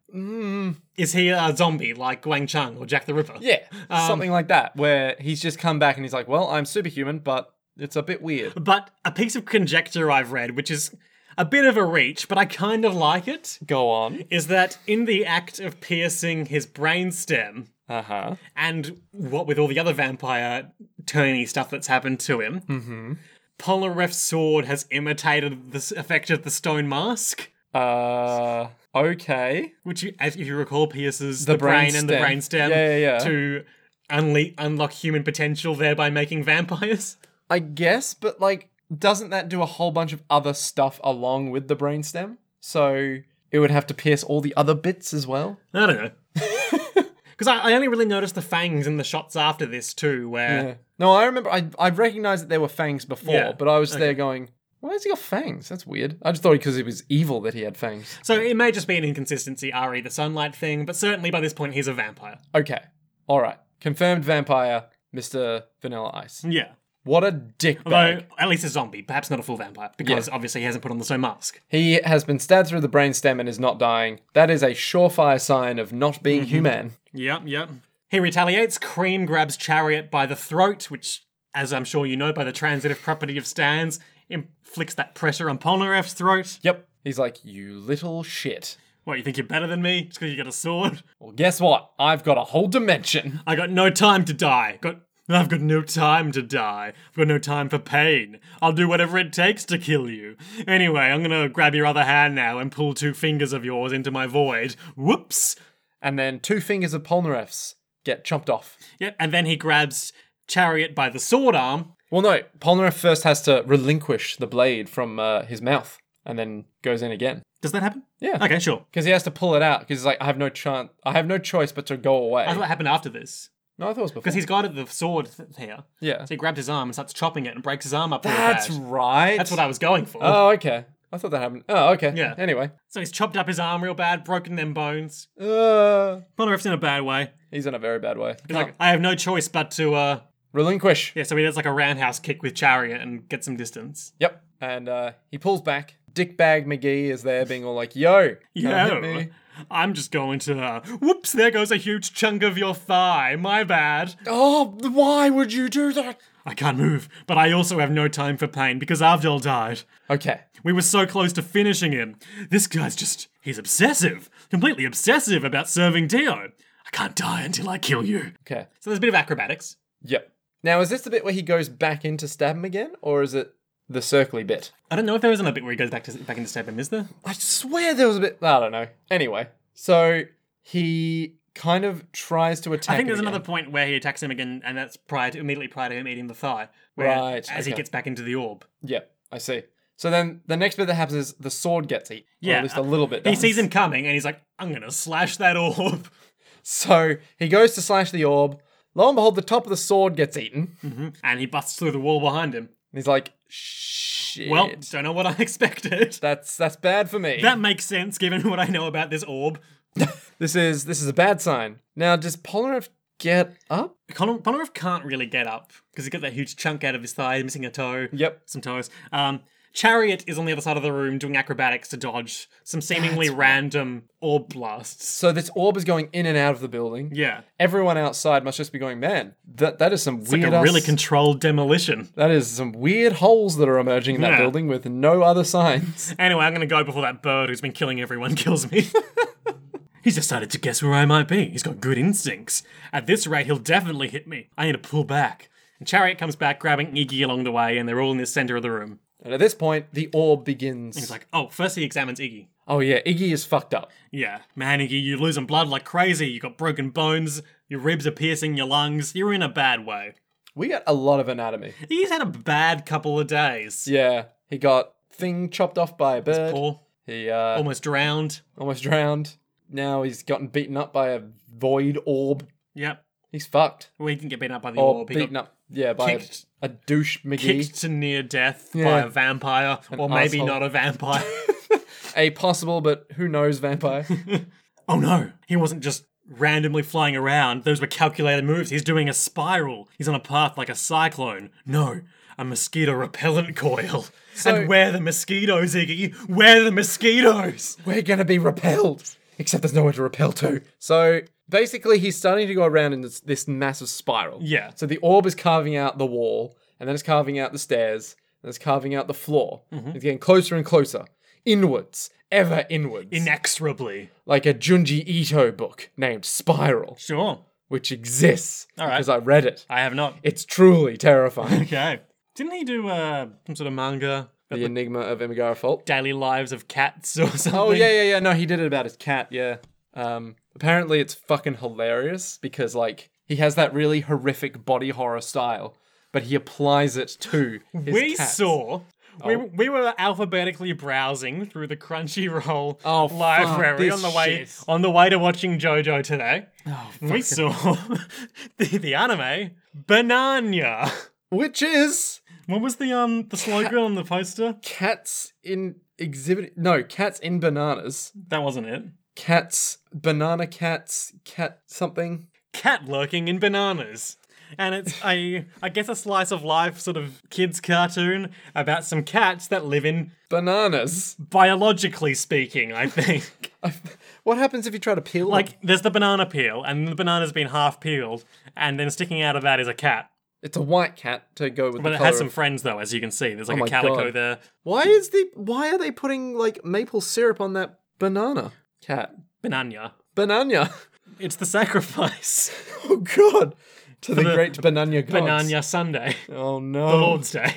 [SPEAKER 1] Is he a zombie like Guang Chang or Jack the Ripper?
[SPEAKER 2] Yeah, something like that, where he's just come back and he's like, "Well, I'm superhuman, but it's a bit weird."
[SPEAKER 1] But a piece of conjecture I've read, which is a bit of a reach, but I kind of like it,
[SPEAKER 2] Go on.
[SPEAKER 1] is that in the act of piercing his brainstem,
[SPEAKER 2] Uh huh.
[SPEAKER 1] and what with all the other vampire turny stuff that's happened to him, mm-hmm. Polaref's sword has imitated the s- effect of the stone mask,
[SPEAKER 2] Uh, okay.
[SPEAKER 1] which, you, as if you recall, pierces the, brain and the
[SPEAKER 2] brainstem.
[SPEAKER 1] brainstem
[SPEAKER 2] Yeah, yeah, yeah.
[SPEAKER 1] to unle- unlock human potential, thereby making vampires.
[SPEAKER 2] I guess, but like, doesn't that do a whole bunch of other stuff along with the brainstem? So it would have to pierce all the other bits as well.
[SPEAKER 1] I don't know. Because I, I only really noticed the fangs in the shots after this, too, where.
[SPEAKER 2] No, I remember. I I recognized that there were fangs before,
[SPEAKER 1] Yeah,
[SPEAKER 2] but I was there going, "Why has he got fangs? That's weird." I just thought because he was evil that he had fangs.
[SPEAKER 1] So it may just be an inconsistency, re the sunlight thing, but certainly by this point he's a vampire.
[SPEAKER 2] Okay, all right, confirmed vampire, Mister Vanilla Ice.
[SPEAKER 1] Yeah.
[SPEAKER 2] What a dickbag!
[SPEAKER 1] Though at least a zombie, perhaps not a full vampire, because obviously he hasn't put on the same mask.
[SPEAKER 2] He has been stabbed through the brainstem and is not dying. That is a surefire sign of not being human.
[SPEAKER 1] Yep, yep. He retaliates. Cream grabs Chariot by the throat, which, as I'm sure you know, by the transitive property of stands, inflicts that pressure on Polnareff's throat.
[SPEAKER 2] Yep. He's like, you little shit.
[SPEAKER 1] What, you think you're better than me just because you got a sword?
[SPEAKER 2] Well, guess what? I've got a whole dimension.
[SPEAKER 1] I got no time to die. Got I've got no time to die. I've got no time for pain. I'll do whatever it takes to kill you. Anyway, I'm gonna grab your other hand now and pull two fingers of yours into my void. Whoops.
[SPEAKER 2] And then two fingers of Polnareff's get chopped off.
[SPEAKER 1] Yep. And then he grabs Chariot by the sword arm.
[SPEAKER 2] Well, no, Polnareff first has to relinquish the blade from uh, his mouth and then goes in again.
[SPEAKER 1] Does that happen?
[SPEAKER 2] Yeah.
[SPEAKER 1] Okay, sure.
[SPEAKER 2] Because he has to pull it out because he's like, I have no chance. I have no choice but to go away.
[SPEAKER 1] That's what happened after this.
[SPEAKER 2] no, I thought it was before.
[SPEAKER 1] Because he's got the sword th- here.
[SPEAKER 2] yeah.
[SPEAKER 1] So he grabs his arm and starts chopping it and breaks his arm up. Really
[SPEAKER 2] That's
[SPEAKER 1] bad.
[SPEAKER 2] right.
[SPEAKER 1] That's what I was going for.
[SPEAKER 2] Oh, okay. I thought that happened. Oh, okay.
[SPEAKER 1] Yeah.
[SPEAKER 2] Anyway.
[SPEAKER 1] so he's chopped up his arm real bad, broken them bones.
[SPEAKER 2] Uh,
[SPEAKER 1] Polnareff's in a bad way.
[SPEAKER 2] he's in a very bad way.
[SPEAKER 1] He's like, I have no choice but to uh,
[SPEAKER 2] Relinquish.
[SPEAKER 1] Yeah, so he does like a roundhouse kick with Chariot and gets some distance.
[SPEAKER 2] Yep. And uh, he pulls back. Dickbag McGee is there being all like, yo, yo.
[SPEAKER 1] Yo, I'm just going to. Uh, whoops, there goes a huge chunk of your thigh. My bad.
[SPEAKER 2] Oh, why would you do that?
[SPEAKER 1] I can't move, but I also have no time for pain because Avdol died.
[SPEAKER 2] Okay.
[SPEAKER 1] We were so close to finishing him. This guy's just. He's obsessive. Completely obsessive about serving Dio. I can't die until I kill you.
[SPEAKER 2] Okay.
[SPEAKER 1] So there's a bit of acrobatics.
[SPEAKER 2] Yep. Now, is this the bit where he goes back in to stab him again, or is it the circly bit?
[SPEAKER 1] I don't know if there is another bit where he goes back to back into stab him, is there?
[SPEAKER 2] I swear there was a bit. I don't know. Anyway, so he kind of tries to attack.
[SPEAKER 1] I think there's
[SPEAKER 2] him
[SPEAKER 1] another
[SPEAKER 2] again.
[SPEAKER 1] point where he attacks him again, and that's prior to immediately prior to him eating the thigh. Where,
[SPEAKER 2] Right,
[SPEAKER 1] As he
[SPEAKER 2] okay.
[SPEAKER 1] gets back into the orb,
[SPEAKER 2] Yep. I see. So then the next bit that happens is the sword gets eaten. Or
[SPEAKER 1] Yeah,
[SPEAKER 2] at least a little bit.
[SPEAKER 1] he
[SPEAKER 2] does.
[SPEAKER 1] sees him coming, and he's like, "I'm gonna slash that orb."
[SPEAKER 2] So he goes to slash the orb. Lo and behold, the top of the sword gets eaten. And
[SPEAKER 1] Mhm. and he busts through the wall behind him.
[SPEAKER 2] he's like, shit.
[SPEAKER 1] Well, don't know what I expected.
[SPEAKER 2] that's that's bad for me.
[SPEAKER 1] That makes sense given what I know about this orb.
[SPEAKER 2] this is this is a bad sign. Now, does Polnareff get up?
[SPEAKER 1] Polnareff Polnareff can't really get up because he's got that huge chunk out of his thigh, missing a toe,
[SPEAKER 2] Yep.
[SPEAKER 1] some toes. Um, Chariot is on the other side of the room doing acrobatics to dodge some seemingly random orb blasts.
[SPEAKER 2] So this orb is going in and out of the building.
[SPEAKER 1] Yeah.
[SPEAKER 2] Everyone outside must just be going, man, that that is some
[SPEAKER 1] Like
[SPEAKER 2] weird.
[SPEAKER 1] a really
[SPEAKER 2] ass-
[SPEAKER 1] controlled demolition.
[SPEAKER 2] that is some weird holes that are emerging in that
[SPEAKER 1] Yeah.
[SPEAKER 2] building with no other signs.
[SPEAKER 1] Anyway, I'm gonna go before that bird who's been killing everyone kills me. He's decided to guess where I might be. He's got good instincts. At this rate, he'll definitely hit me. I need to pull back. And Chariot comes back, grabbing Iggy along the way, and they're all in the center of the room.
[SPEAKER 2] and at this point, the orb begins.
[SPEAKER 1] He's like, oh, first he examines Iggy.
[SPEAKER 2] oh yeah, Iggy is fucked up.
[SPEAKER 1] Yeah, man, Iggy, you're losing blood like crazy. You got broken bones, your ribs are piercing your lungs. You're in a bad way.
[SPEAKER 2] We got a lot of anatomy.
[SPEAKER 1] He's had a bad couple of days.
[SPEAKER 2] Yeah, he got thing chopped off by a bird.
[SPEAKER 1] Paul,
[SPEAKER 2] He uh,
[SPEAKER 1] almost drowned.
[SPEAKER 2] almost drowned. Now he's gotten beaten up by a void orb.
[SPEAKER 1] Yep.
[SPEAKER 2] He's fucked.
[SPEAKER 1] Well, he didn't get beaten up by the
[SPEAKER 2] Or
[SPEAKER 1] orb. He got
[SPEAKER 2] Oh, beaten up, yeah, by a-
[SPEAKER 1] kicked-
[SPEAKER 2] a, douche McGee,
[SPEAKER 1] kicked to near death by
[SPEAKER 2] Yeah.
[SPEAKER 1] a vampire, or maybe
[SPEAKER 2] asshole.
[SPEAKER 1] not a vampire.
[SPEAKER 2] a possible but who knows vampire.
[SPEAKER 1] oh no, he wasn't just randomly flying around. Those were calculated moves. He's doing a spiral. He's on a path like a cyclone. No, a mosquito repellent coil. and where the mosquitoes, Iggy? Where the mosquitoes?
[SPEAKER 2] We're gonna be repelled. except there's nowhere to repel to. So basically, he's starting to go around in this, this massive spiral.
[SPEAKER 1] Yeah.
[SPEAKER 2] So the orb is carving out the wall, and then it's carving out the stairs, and it's carving out the floor. It's getting closer and closer, inwards, ever inwards,
[SPEAKER 1] Inexorably.
[SPEAKER 2] like a Junji Ito book named Spiral,
[SPEAKER 1] Sure.
[SPEAKER 2] which exists
[SPEAKER 1] right.
[SPEAKER 2] because I read it.
[SPEAKER 1] I have not.
[SPEAKER 2] It's truly terrifying.
[SPEAKER 1] Okay. Didn't he do uh, some sort of manga?
[SPEAKER 2] the Enigma of Emigara Fault.
[SPEAKER 1] Daily Lives of Cats or something?
[SPEAKER 2] Oh yeah, yeah, yeah. No, he did it about his cat. Yeah. Um. Apparently, it's fucking hilarious because like he has that really horrific body horror style, but he applies it to his
[SPEAKER 1] We
[SPEAKER 2] cats.
[SPEAKER 1] saw. We, we were alphabetically browsing through the Crunchyroll
[SPEAKER 2] Oh, fuck
[SPEAKER 1] library
[SPEAKER 2] this
[SPEAKER 1] on the way
[SPEAKER 2] shit.
[SPEAKER 1] on the way to watching JoJo today. we saw the, the anime Banana.
[SPEAKER 2] which is
[SPEAKER 1] What was the um the slogan on the poster?
[SPEAKER 2] cats in exhibit. No, cats in bananas.
[SPEAKER 1] That wasn't it.
[SPEAKER 2] Cats, banana cats, cat something.
[SPEAKER 1] Cat lurking in bananas. And it's a I guess a slice of life sort of kids cartoon about some cats that live in
[SPEAKER 2] Bananas.
[SPEAKER 1] biologically speaking, I think.
[SPEAKER 2] What happens if you try to peel? them?
[SPEAKER 1] Like, there's the banana peel, and the banana's been half peeled, and then sticking out of that is a cat.
[SPEAKER 2] it's a white cat to go with.
[SPEAKER 1] But
[SPEAKER 2] the
[SPEAKER 1] it
[SPEAKER 2] color
[SPEAKER 1] has some
[SPEAKER 2] Of- Oh
[SPEAKER 1] friends, though, as you can see. There's like
[SPEAKER 2] my
[SPEAKER 1] a calico
[SPEAKER 2] God.
[SPEAKER 1] there.
[SPEAKER 2] why is the? Why are they putting like maple syrup on that banana cat?
[SPEAKER 1] Banana.
[SPEAKER 2] Banana.
[SPEAKER 1] It's the sacrifice.
[SPEAKER 2] Oh God! To the,
[SPEAKER 1] the-
[SPEAKER 2] great banana gods.
[SPEAKER 1] Banana Sunday.
[SPEAKER 2] Oh no!
[SPEAKER 1] Lord's Day.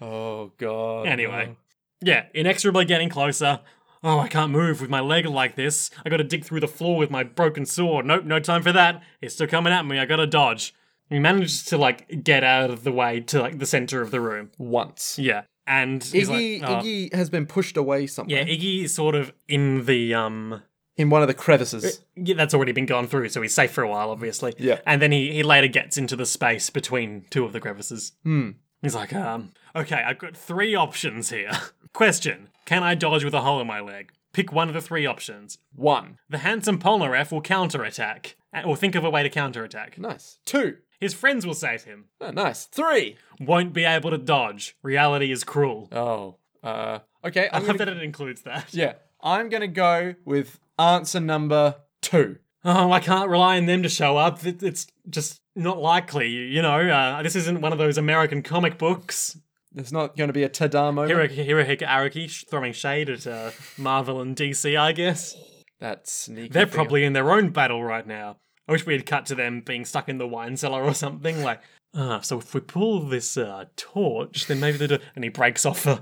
[SPEAKER 2] Oh God!
[SPEAKER 1] Anyway. Yeah, inexorably getting closer. Oh, I can't move with my leg like this. I gotta dig through the floor with my broken sword. Nope, no time for that. It's still coming at me. I gotta dodge. He manages to, like, get out of the way to, like, the center of the room.
[SPEAKER 2] no. once
[SPEAKER 1] Yeah. And he's
[SPEAKER 2] Iggy
[SPEAKER 1] like, oh.
[SPEAKER 2] Iggy has been pushed away somewhere
[SPEAKER 1] Yeah, Iggy is sort of in the um.
[SPEAKER 2] in one of the crevices.
[SPEAKER 1] Yeah, that's already been gone through, so he's safe for a while, obviously.
[SPEAKER 2] Yeah.
[SPEAKER 1] And then he, he later gets into the space between two of the crevices. Hmm. He's like, um, okay, I've got three options here. Question Can I dodge with a hole in my leg? Pick one of the three options.
[SPEAKER 2] One.
[SPEAKER 1] The handsome Polnareff will counterattack, uh, or think of a way to counterattack.
[SPEAKER 2] Nice. Two.
[SPEAKER 1] His friends will save him.
[SPEAKER 2] Oh, nice. Three.
[SPEAKER 1] Won't be able to dodge. Reality is cruel.
[SPEAKER 2] Oh. Uh. Okay.
[SPEAKER 1] I
[SPEAKER 2] I'm
[SPEAKER 1] love
[SPEAKER 2] gonna,
[SPEAKER 1] that it includes that.
[SPEAKER 2] yeah. I'm gonna go with answer number two.
[SPEAKER 1] oh, I can't rely on them to show up. It- It's just not likely, you know. Uh, this isn't one of those American comic books.
[SPEAKER 2] There's not gonna be a ta-da moment.
[SPEAKER 1] Hiroki, Hirohiko Araki sh- throwing shade at uh, Marvel and DC, I guess.
[SPEAKER 2] That sneaky.
[SPEAKER 1] They're
[SPEAKER 2] thing.
[SPEAKER 1] probably in their own battle right now. I wish we had cut to them being stuck in the wine cellar or something. Like, uh, so if we pull this uh, torch, then maybe they do. And he breaks off a,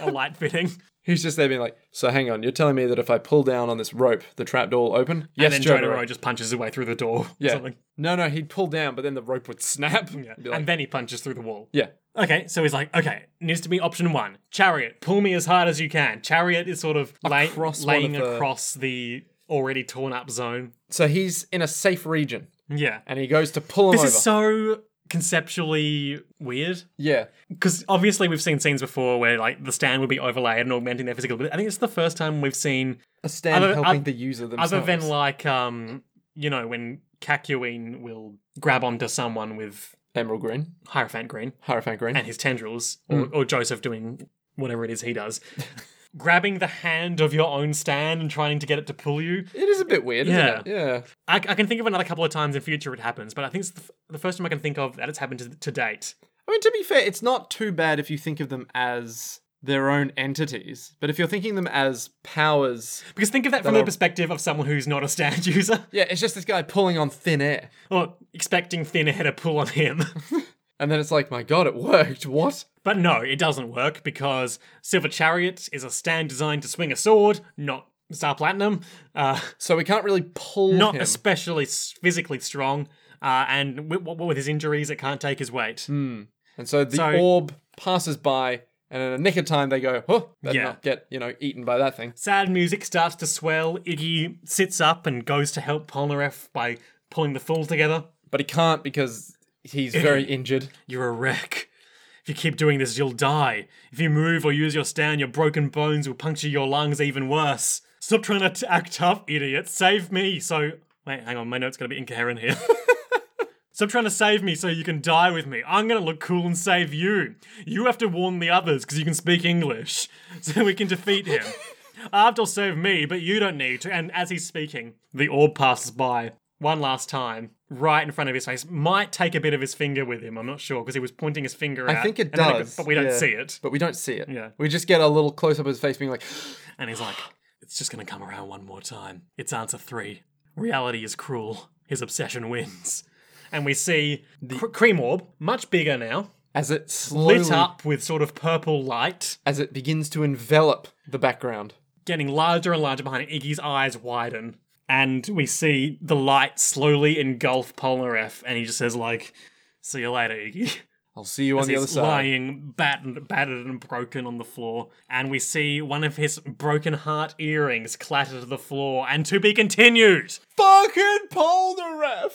[SPEAKER 1] a light fitting.
[SPEAKER 2] He's just there being like, so hang on, you're telling me that if I pull down on this rope, the trapdoor will open?
[SPEAKER 1] And
[SPEAKER 2] Yes,
[SPEAKER 1] then
[SPEAKER 2] Jotaro.
[SPEAKER 1] Jotaro just punches his way through the door. or
[SPEAKER 2] Yeah.
[SPEAKER 1] something.
[SPEAKER 2] No, no, he'd pull down, but then the rope would snap. Yeah.
[SPEAKER 1] Yeah. And then he punches through the wall.
[SPEAKER 2] yeah.
[SPEAKER 1] Okay, so he's like, okay, needs to be option one. Chariot, pull me as hard as you can. Chariot is sort of lay-
[SPEAKER 2] Across one
[SPEAKER 1] laying
[SPEAKER 2] of the-
[SPEAKER 1] across the already torn up zone.
[SPEAKER 2] So he's in a safe region
[SPEAKER 1] Yeah.
[SPEAKER 2] and he goes to pull him
[SPEAKER 1] This
[SPEAKER 2] over.
[SPEAKER 1] is so conceptually weird.
[SPEAKER 2] yeah.
[SPEAKER 1] Because obviously we've seen scenes before where like the stand would be overlaid and augmenting their physical ability. I think it's the first time we've seen
[SPEAKER 2] A stand
[SPEAKER 1] Other-
[SPEAKER 2] helping
[SPEAKER 1] oth-
[SPEAKER 2] the user themselves.
[SPEAKER 1] other than like um you know, when Kakuin will grab onto someone with
[SPEAKER 2] Emerald Green,
[SPEAKER 1] Hierophant Green.
[SPEAKER 2] Hierophant Green.
[SPEAKER 1] and his tendrils, or, or Joseph doing whatever it is he does, grabbing the hand of your own stand and trying to get it to pull you.
[SPEAKER 2] it is a bit weird,
[SPEAKER 1] Yeah.
[SPEAKER 2] isn't it? Yeah.
[SPEAKER 1] I, I can think of another couple of times in future it happens, but I think it's the, f- the first time I can think of that it's happened to, to date.
[SPEAKER 2] I mean, to be fair, it's not too bad if you think of them as their own entities, but if you're thinking them as powers.
[SPEAKER 1] Because think of that from the perspective of someone who's not a stand user
[SPEAKER 2] Yeah, it's just this guy pulling on thin air.
[SPEAKER 1] or expecting Thin Air to pull on him.
[SPEAKER 2] And then it's like, my god, it worked. What?
[SPEAKER 1] but no, it doesn't work because Silver Chariot is a stand designed to swing a sword, not Star Platinum. Uh,
[SPEAKER 2] So we can't really pull
[SPEAKER 1] not
[SPEAKER 2] him.
[SPEAKER 1] especially s- physically strong, uh, and wi- wi- with his injuries, it can't take his weight.
[SPEAKER 2] And so the
[SPEAKER 1] So-
[SPEAKER 2] orb passes by, and in a nick of time, they go, huh, better
[SPEAKER 1] Yeah.
[SPEAKER 2] not get, you know, eaten by that thing.
[SPEAKER 1] Sad music starts to swell. Iggy sits up and goes to help Polnareff by pulling the fool together.
[SPEAKER 2] But he can't because he's very injured.
[SPEAKER 1] You're a wreck. If you keep doing this, you'll die. If you move or use your stand, your broken bones will puncture your lungs even worse. Stop trying to t- act tough, idiot. Save me. So. Wait, hang on, my note's gonna be incoherent here. Stop trying to save me so you can die with me. I'm gonna look cool and save you. You have to warn the others because you can speak English so we can defeat him. Avdol save me, but you don't need to. And as he's speaking, the orb passes by one last time, right in front of his face. Might take a bit of his finger with him. I'm not sure because he was pointing his finger.
[SPEAKER 2] I
[SPEAKER 1] out,
[SPEAKER 2] think it
[SPEAKER 1] and then
[SPEAKER 2] does.
[SPEAKER 1] but we don't
[SPEAKER 2] yeah.
[SPEAKER 1] see it.
[SPEAKER 2] But we don't see it.
[SPEAKER 1] Yeah.
[SPEAKER 2] We just get a little close up of his face being like,
[SPEAKER 1] And he's like, "It's just gonna come around one more time. It's answer three. Reality is cruel. His obsession wins." And we see the cream orb, much bigger now,
[SPEAKER 2] as it slowly,
[SPEAKER 1] lit up with sort of purple light.
[SPEAKER 2] as it begins to envelop the background.
[SPEAKER 1] getting larger and larger behind it. Iggy's eyes widen, and we see the light slowly engulf Polnareff, and he just says like, "See you later, Iggy."
[SPEAKER 2] I'll see you on the other
[SPEAKER 1] He's
[SPEAKER 2] side.
[SPEAKER 1] lying battered, battered and broken on the floor, and we see one of his broken heart earrings clatter to the floor, and to be continued.
[SPEAKER 2] Fucking Polnareff!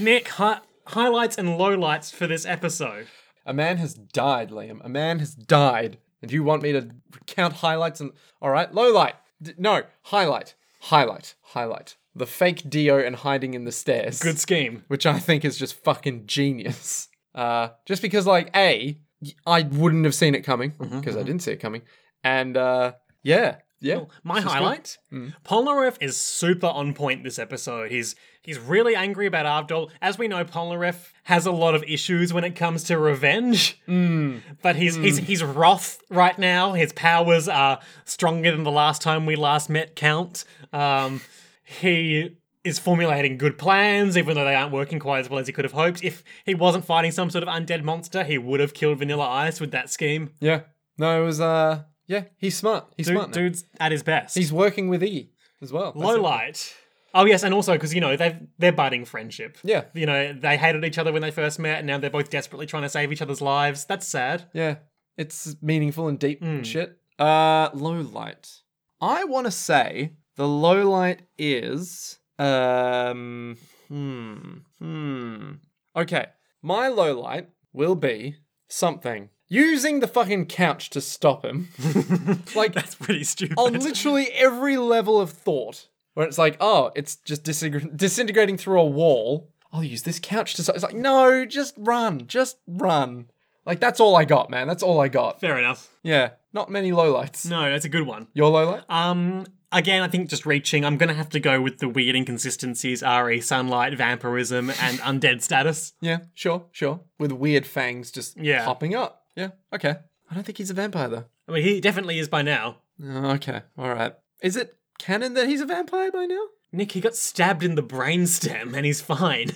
[SPEAKER 1] Nick hi- highlights and lowlights for this episode.
[SPEAKER 2] A man has died, Liam. A man has died. And you want me to count highlights and. Alright, low light. D- no, highlight. Highlight. Highlight. The fake Dio and hiding in the stairs.
[SPEAKER 1] Good scheme.
[SPEAKER 2] which I think is just fucking genius. Uh, just because, like, A, I wouldn't have seen it coming because
[SPEAKER 1] Mm-hmm,
[SPEAKER 2] I didn't see it coming. And uh, yeah, yeah.
[SPEAKER 1] My highlight:
[SPEAKER 2] Hmm.
[SPEAKER 1] Polnareff is super on point this episode. He's he's really angry about Avdol. As we know, Polnareff has a lot of issues when it comes to revenge.
[SPEAKER 2] Hmm.
[SPEAKER 1] But he's he's he's wroth right now. His powers are stronger than the last time we last met. Count. Um, he is formulating good plans, even though they aren't working quite as well as he could have hoped. If he wasn't fighting some sort of undead monster, he would have killed Vanilla Ice with that scheme.
[SPEAKER 2] Yeah. No, it was, uh, yeah, he's smart. He's smart.
[SPEAKER 1] Dude,
[SPEAKER 2] now.
[SPEAKER 1] dude's at his best.
[SPEAKER 2] He's working with E as well. That's
[SPEAKER 1] Low
[SPEAKER 2] it.
[SPEAKER 1] light. Oh yes, and also because you know they they're budding friendship.
[SPEAKER 2] Yeah.
[SPEAKER 1] you know they hated each other when they first met, and now they're both desperately trying to save each other's lives. That's sad.
[SPEAKER 2] Yeah. It's meaningful and deep and shit. Uh, low light. I want to say the low light is. Um, hmm. Hmm. Okay. My low light will be something. Using the fucking couch to stop him. like,
[SPEAKER 1] That's pretty stupid.
[SPEAKER 2] on literally every level of thought where it's like, oh, it's just dising- disintegrating through a wall. I'll use this couch to. so-" It's like, no, just run, just run. Like that's all I got, man. That's all I got.
[SPEAKER 1] Fair enough.
[SPEAKER 2] Yeah, not many lowlights.
[SPEAKER 1] No, that's a good one.
[SPEAKER 2] Your lowlight?
[SPEAKER 1] Um, again, I think just reaching. I'm gonna have to go with the weird inconsistencies: re sunlight, vampirism, and undead status.
[SPEAKER 2] yeah, sure, sure. With weird fangs just
[SPEAKER 1] Yeah.
[SPEAKER 2] popping up. Yeah, okay. I don't think he's a vampire though.
[SPEAKER 1] I mean, he definitely is by now.
[SPEAKER 2] Oh, okay, all right. Is it canon that he's a vampire by now?
[SPEAKER 1] Nick, he got stabbed in the brainstem, and he's fine.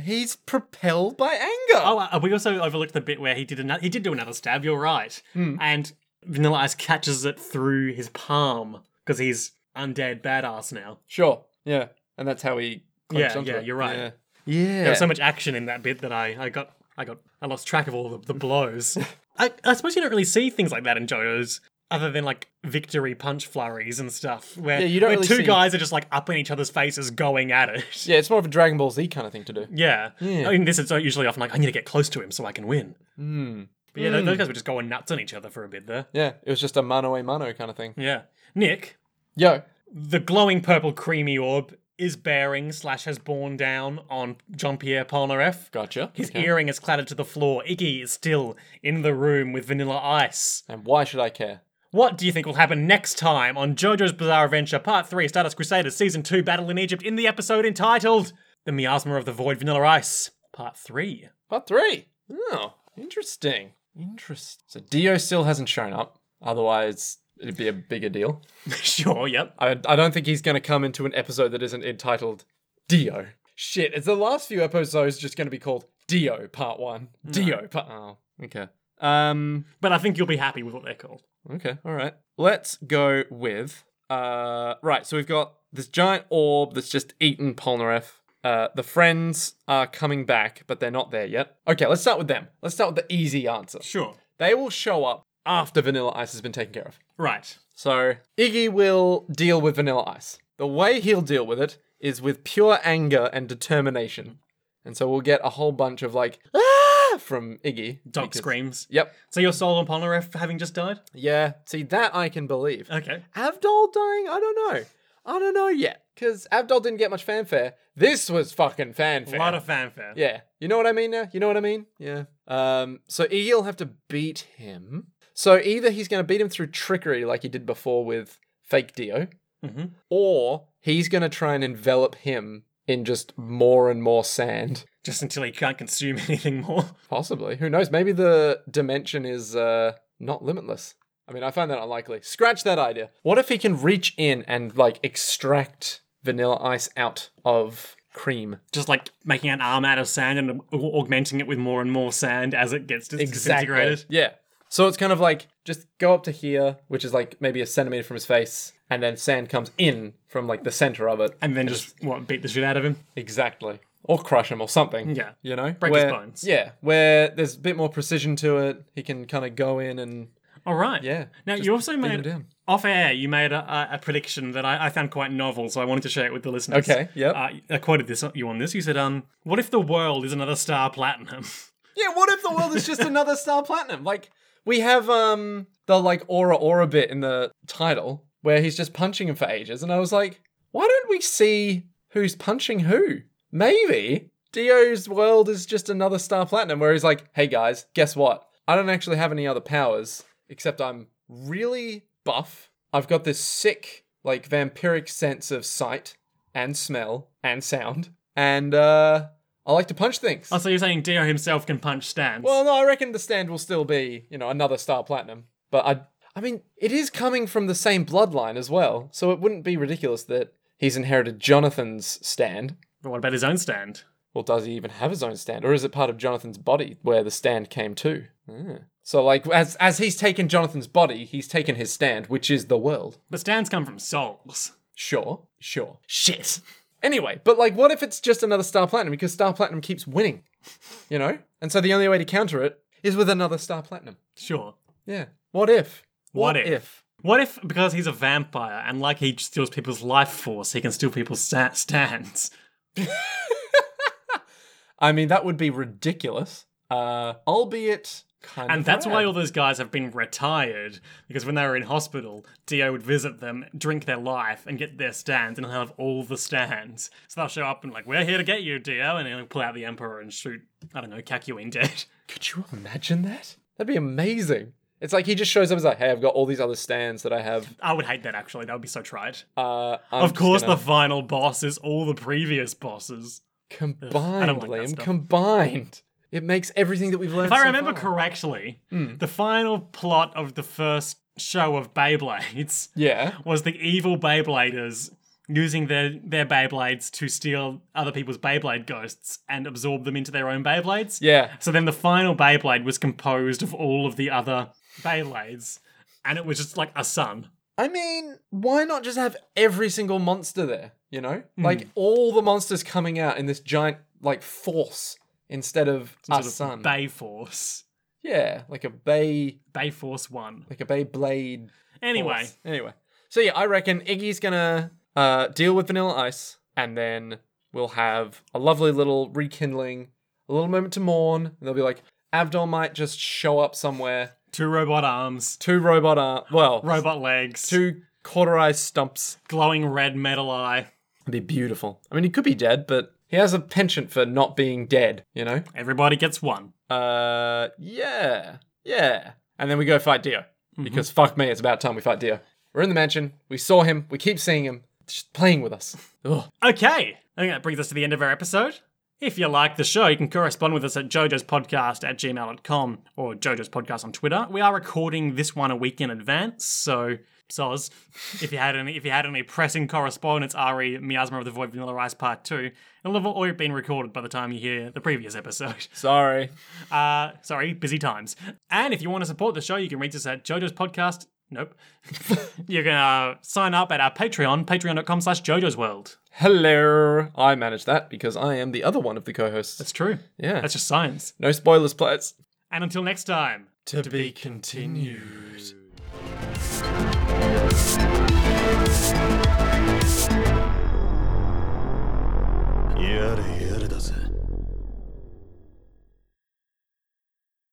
[SPEAKER 2] He's propelled by anger.
[SPEAKER 1] Oh, uh, we also overlooked the bit where he did another. He did do another stab. You're right.
[SPEAKER 2] Hmm.
[SPEAKER 1] And Vanilla Ice catches it through his palm because he's undead badass now.
[SPEAKER 2] Sure. Yeah. And that's how he clamps
[SPEAKER 1] Yeah,
[SPEAKER 2] onto
[SPEAKER 1] yeah,
[SPEAKER 2] it.
[SPEAKER 1] you're right.
[SPEAKER 2] Yeah. Yeah.
[SPEAKER 1] There was so much action in that bit that I, I got I got I lost track of all the, the blows. I, I suppose you don't really see things like that in JoJo's. Other than like victory punch flurries and stuff, where,
[SPEAKER 2] Yeah, you don't
[SPEAKER 1] where
[SPEAKER 2] really
[SPEAKER 1] two
[SPEAKER 2] see-
[SPEAKER 1] guys are just like up in each other's faces, going at it.
[SPEAKER 2] yeah, it's more of a Dragon Ball Z kind of thing to do.
[SPEAKER 1] Yeah. I mean, this is usually often like I need to get close to him so I can win.
[SPEAKER 2] Hmm.
[SPEAKER 1] But yeah, tho- those guys were just going nuts on each other for a bit there.
[SPEAKER 2] Yeah, it was just a mano a mano kind of thing.
[SPEAKER 1] Yeah. Nick,
[SPEAKER 2] Yo,
[SPEAKER 1] the glowing purple creamy orb is bearing slash has borne down on Jean Pierre Polnareff.
[SPEAKER 2] gotcha.
[SPEAKER 1] His
[SPEAKER 2] Okay.
[SPEAKER 1] earring is clattered to the floor. Iggy is still in the room with Vanilla Ice.
[SPEAKER 2] And why should I care?
[SPEAKER 1] What do you think will happen next time on JoJo's Bizarre Adventure Part 3 Stardust Crusaders Season 2 Battle in Egypt in the episode entitled The Miasma of the Void Vanilla Ice Part 3?
[SPEAKER 2] Part three. Oh, interesting. Interesting. So Dio still hasn't shown up. Otherwise, it'd be a bigger deal.
[SPEAKER 1] sure, yep.
[SPEAKER 2] I, I don't think he's going to come into an episode that isn't entitled Dio. Shit, it's the last few episodes just going to be called Dio Part One. Dio Part. Oh, okay. Um.
[SPEAKER 1] But I think you'll be happy with what they're called.
[SPEAKER 2] Okay, all right. Let's go with uh right, so we've got this giant orb that's just eaten Polnareff. Uh the friends are coming back, but they're not there yet. Okay, let's start with them. Let's start with the easy answer.
[SPEAKER 1] Sure.
[SPEAKER 2] They will show up after Vanilla Ice has been taken care of.
[SPEAKER 1] Right.
[SPEAKER 2] So Iggy will deal with Vanilla Ice. The way he'll deal with it is with pure anger and determination. And so we'll get a whole bunch of like ah from Iggy.
[SPEAKER 1] Dog
[SPEAKER 2] because-
[SPEAKER 1] screams.
[SPEAKER 2] Yep.
[SPEAKER 1] So your soul on Polnareff having just died?
[SPEAKER 2] Yeah. See that I can believe.
[SPEAKER 1] Okay.
[SPEAKER 2] Avdol dying? I don't know. I don't know yet. Because Avdol didn't get much fanfare. This was fucking fanfare.
[SPEAKER 1] A lot of fanfare.
[SPEAKER 2] yeah. You know what I mean now? You know what I mean? Yeah. Um, so Eeyeel have to beat him. So either he's going to beat him through trickery like he did before with fake Dio,
[SPEAKER 1] hmm
[SPEAKER 2] or he's going to try and envelop him in just more and more sand.
[SPEAKER 1] Just until he can't consume anything more.
[SPEAKER 2] Possibly. Who knows? Maybe the dimension is uh, not limitless. I mean, I find that unlikely. Scratch that idea. What if he can reach in and, like, extract vanilla ice out of cream?
[SPEAKER 1] Just like making an arm out of sand and au- augmenting it with more and more sand as it gets dis- disintegrated.
[SPEAKER 2] Yeah. So it's kind of like just go up to here, which is like maybe a centimeter from his face, and then sand comes in from like the center of it.
[SPEAKER 1] And then just, what, beat the shit out of him?
[SPEAKER 2] Exactly. Or crush him or something.
[SPEAKER 1] Yeah.
[SPEAKER 2] You know?
[SPEAKER 1] Break his
[SPEAKER 2] where,
[SPEAKER 1] bones.
[SPEAKER 2] Yeah. Where there's a bit more precision to it. He can kind of go in and.
[SPEAKER 1] All right.
[SPEAKER 2] Yeah,
[SPEAKER 1] Now,
[SPEAKER 2] just
[SPEAKER 1] you also
[SPEAKER 2] beat him
[SPEAKER 1] made,
[SPEAKER 2] down.
[SPEAKER 1] off air, you made a, a, a prediction that I, I found quite novel, so I wanted to share it with the listeners.
[SPEAKER 2] Okay, yep.
[SPEAKER 1] Uh, I quoted this you on this. You said, um, what if the world is another star platinum?
[SPEAKER 2] Yeah, what if the world is just another Star Platinum? Like, we have um the like aura aura bit in the title where he's just punching him for ages, and I was like, why don't we see who's punching who? Maybe Dio's world is just another Star Platinum where he's like, hey guys, guess what? I don't actually have any other powers, except I'm really buff. I've got this sick, like vampiric sense of sight and smell and sound. And uh I like to punch things.
[SPEAKER 1] oh, so you're saying Dio himself can punch stands?
[SPEAKER 2] Well, no, I reckon the stand will still be, you know, another Star Platinum. But I, I mean, it is coming from the same bloodline as well, so it wouldn't be ridiculous that he's inherited Jonathan's stand.
[SPEAKER 1] but what about his own stand?
[SPEAKER 2] Well, does he even have his own stand, or is it part of Jonathan's body where the stand came to? Hmm. So, like, as as he's taken Jonathan's body, he's taken his stand, which is the world.
[SPEAKER 1] But stands come from souls.
[SPEAKER 2] Sure, sure.
[SPEAKER 1] Shit.
[SPEAKER 2] Anyway, but like, what if it's just another Star Platinum? Because Star Platinum keeps winning, you know. And so the only way to counter it is with another Star Platinum.
[SPEAKER 1] Sure.
[SPEAKER 2] Yeah. What if?
[SPEAKER 1] What if? What if, because he's a vampire and like he steals people's life force, he can steal people's sta- stands?
[SPEAKER 2] I mean, that would be ridiculous. Uh, albeit kind
[SPEAKER 1] And
[SPEAKER 2] of
[SPEAKER 1] that's why
[SPEAKER 2] rad.
[SPEAKER 1] all those guys have been retired, because when they were in hospital, Dio would visit them, drink their life, and get their stands, and he'll have all the stands. So they'll show up and, like, we're here to get you, Dio, and he'll pull out the Emperor and shoot, I don't know, Kakuin dead.
[SPEAKER 2] Could you imagine that? That'd be amazing. It's like he just shows up and is like, "Hey, I've got all these other stands that I have."
[SPEAKER 1] I would hate that, actually. That would be so tried.
[SPEAKER 2] Uh, I'm
[SPEAKER 1] of
[SPEAKER 2] just
[SPEAKER 1] course,
[SPEAKER 2] gonna
[SPEAKER 1] the final boss is all the previous bosses.
[SPEAKER 2] combined,
[SPEAKER 1] don't like that
[SPEAKER 2] Liam,
[SPEAKER 1] stuff.
[SPEAKER 2] combined. It makes everything that we've learned.
[SPEAKER 1] If I
[SPEAKER 2] so Hmm.
[SPEAKER 1] remember
[SPEAKER 2] far-
[SPEAKER 1] correctly, the final plot of the first show of Beyblades
[SPEAKER 2] yeah,
[SPEAKER 1] was the evil Beybladers using their, their Beyblades to steal other people's Beyblade ghosts and absorb them into their own Beyblades.
[SPEAKER 2] yeah,
[SPEAKER 1] So then the final Beyblade was composed of all of the other Beyblades, and it was just like a sun.
[SPEAKER 2] I mean, why not just have every single monster there? You know,
[SPEAKER 1] Hmm.
[SPEAKER 2] like all the monsters coming out in this giant like force instead of a
[SPEAKER 1] Sort of
[SPEAKER 2] sun.
[SPEAKER 1] Bay Force.
[SPEAKER 2] yeah, like a bay,
[SPEAKER 1] Bay Force 1.
[SPEAKER 2] like a bay blade.
[SPEAKER 1] Anyway,
[SPEAKER 2] Force. anyway. So yeah, I reckon Iggy's gonna uh, deal with Vanilla Ice, and then we'll have a lovely little rekindling, a little moment to mourn. And they'll be like, Abdul might just show up somewhere.
[SPEAKER 1] two robot arms,
[SPEAKER 2] Two robot arm, well,
[SPEAKER 1] robot legs,
[SPEAKER 2] two cauterized stumps.
[SPEAKER 1] glowing red metal eye.
[SPEAKER 2] It'd be beautiful. I mean, he could be dead, but he has a penchant for not being dead. You know?
[SPEAKER 1] Everybody gets one.
[SPEAKER 2] Uh, yeah, yeah. And then we go fight Dio because fuck me, it's about time we fight Dio. We're in the mansion. We saw him. We keep seeing him. Just playing with us. Ugh.
[SPEAKER 1] Okay, I think that brings us to the end of our episode. If you like the show, you can correspond with us at jojo's podcast at gmail.com or jojo's podcast on Twitter. We are recording this one a week in advance, so soz. if you had any if you had any pressing correspondence, RE Miasma of the Void Vanilla Ice Part 2, it'll have already been recorded by the time you hear the previous episode.
[SPEAKER 2] Sorry.
[SPEAKER 1] Uh, sorry, busy times. And if you want to support the show, you can reach us at Jojo's Podcast. Nope. you can uh, sign up at our Patreon, patreon.com slash Jojo's World.
[SPEAKER 2] Hello. I manage that because I am the other one of the co-hosts.
[SPEAKER 1] It's true.
[SPEAKER 2] Yeah.
[SPEAKER 1] That's just science.
[SPEAKER 2] No spoilers, players.
[SPEAKER 1] And until next time,
[SPEAKER 2] To be continued.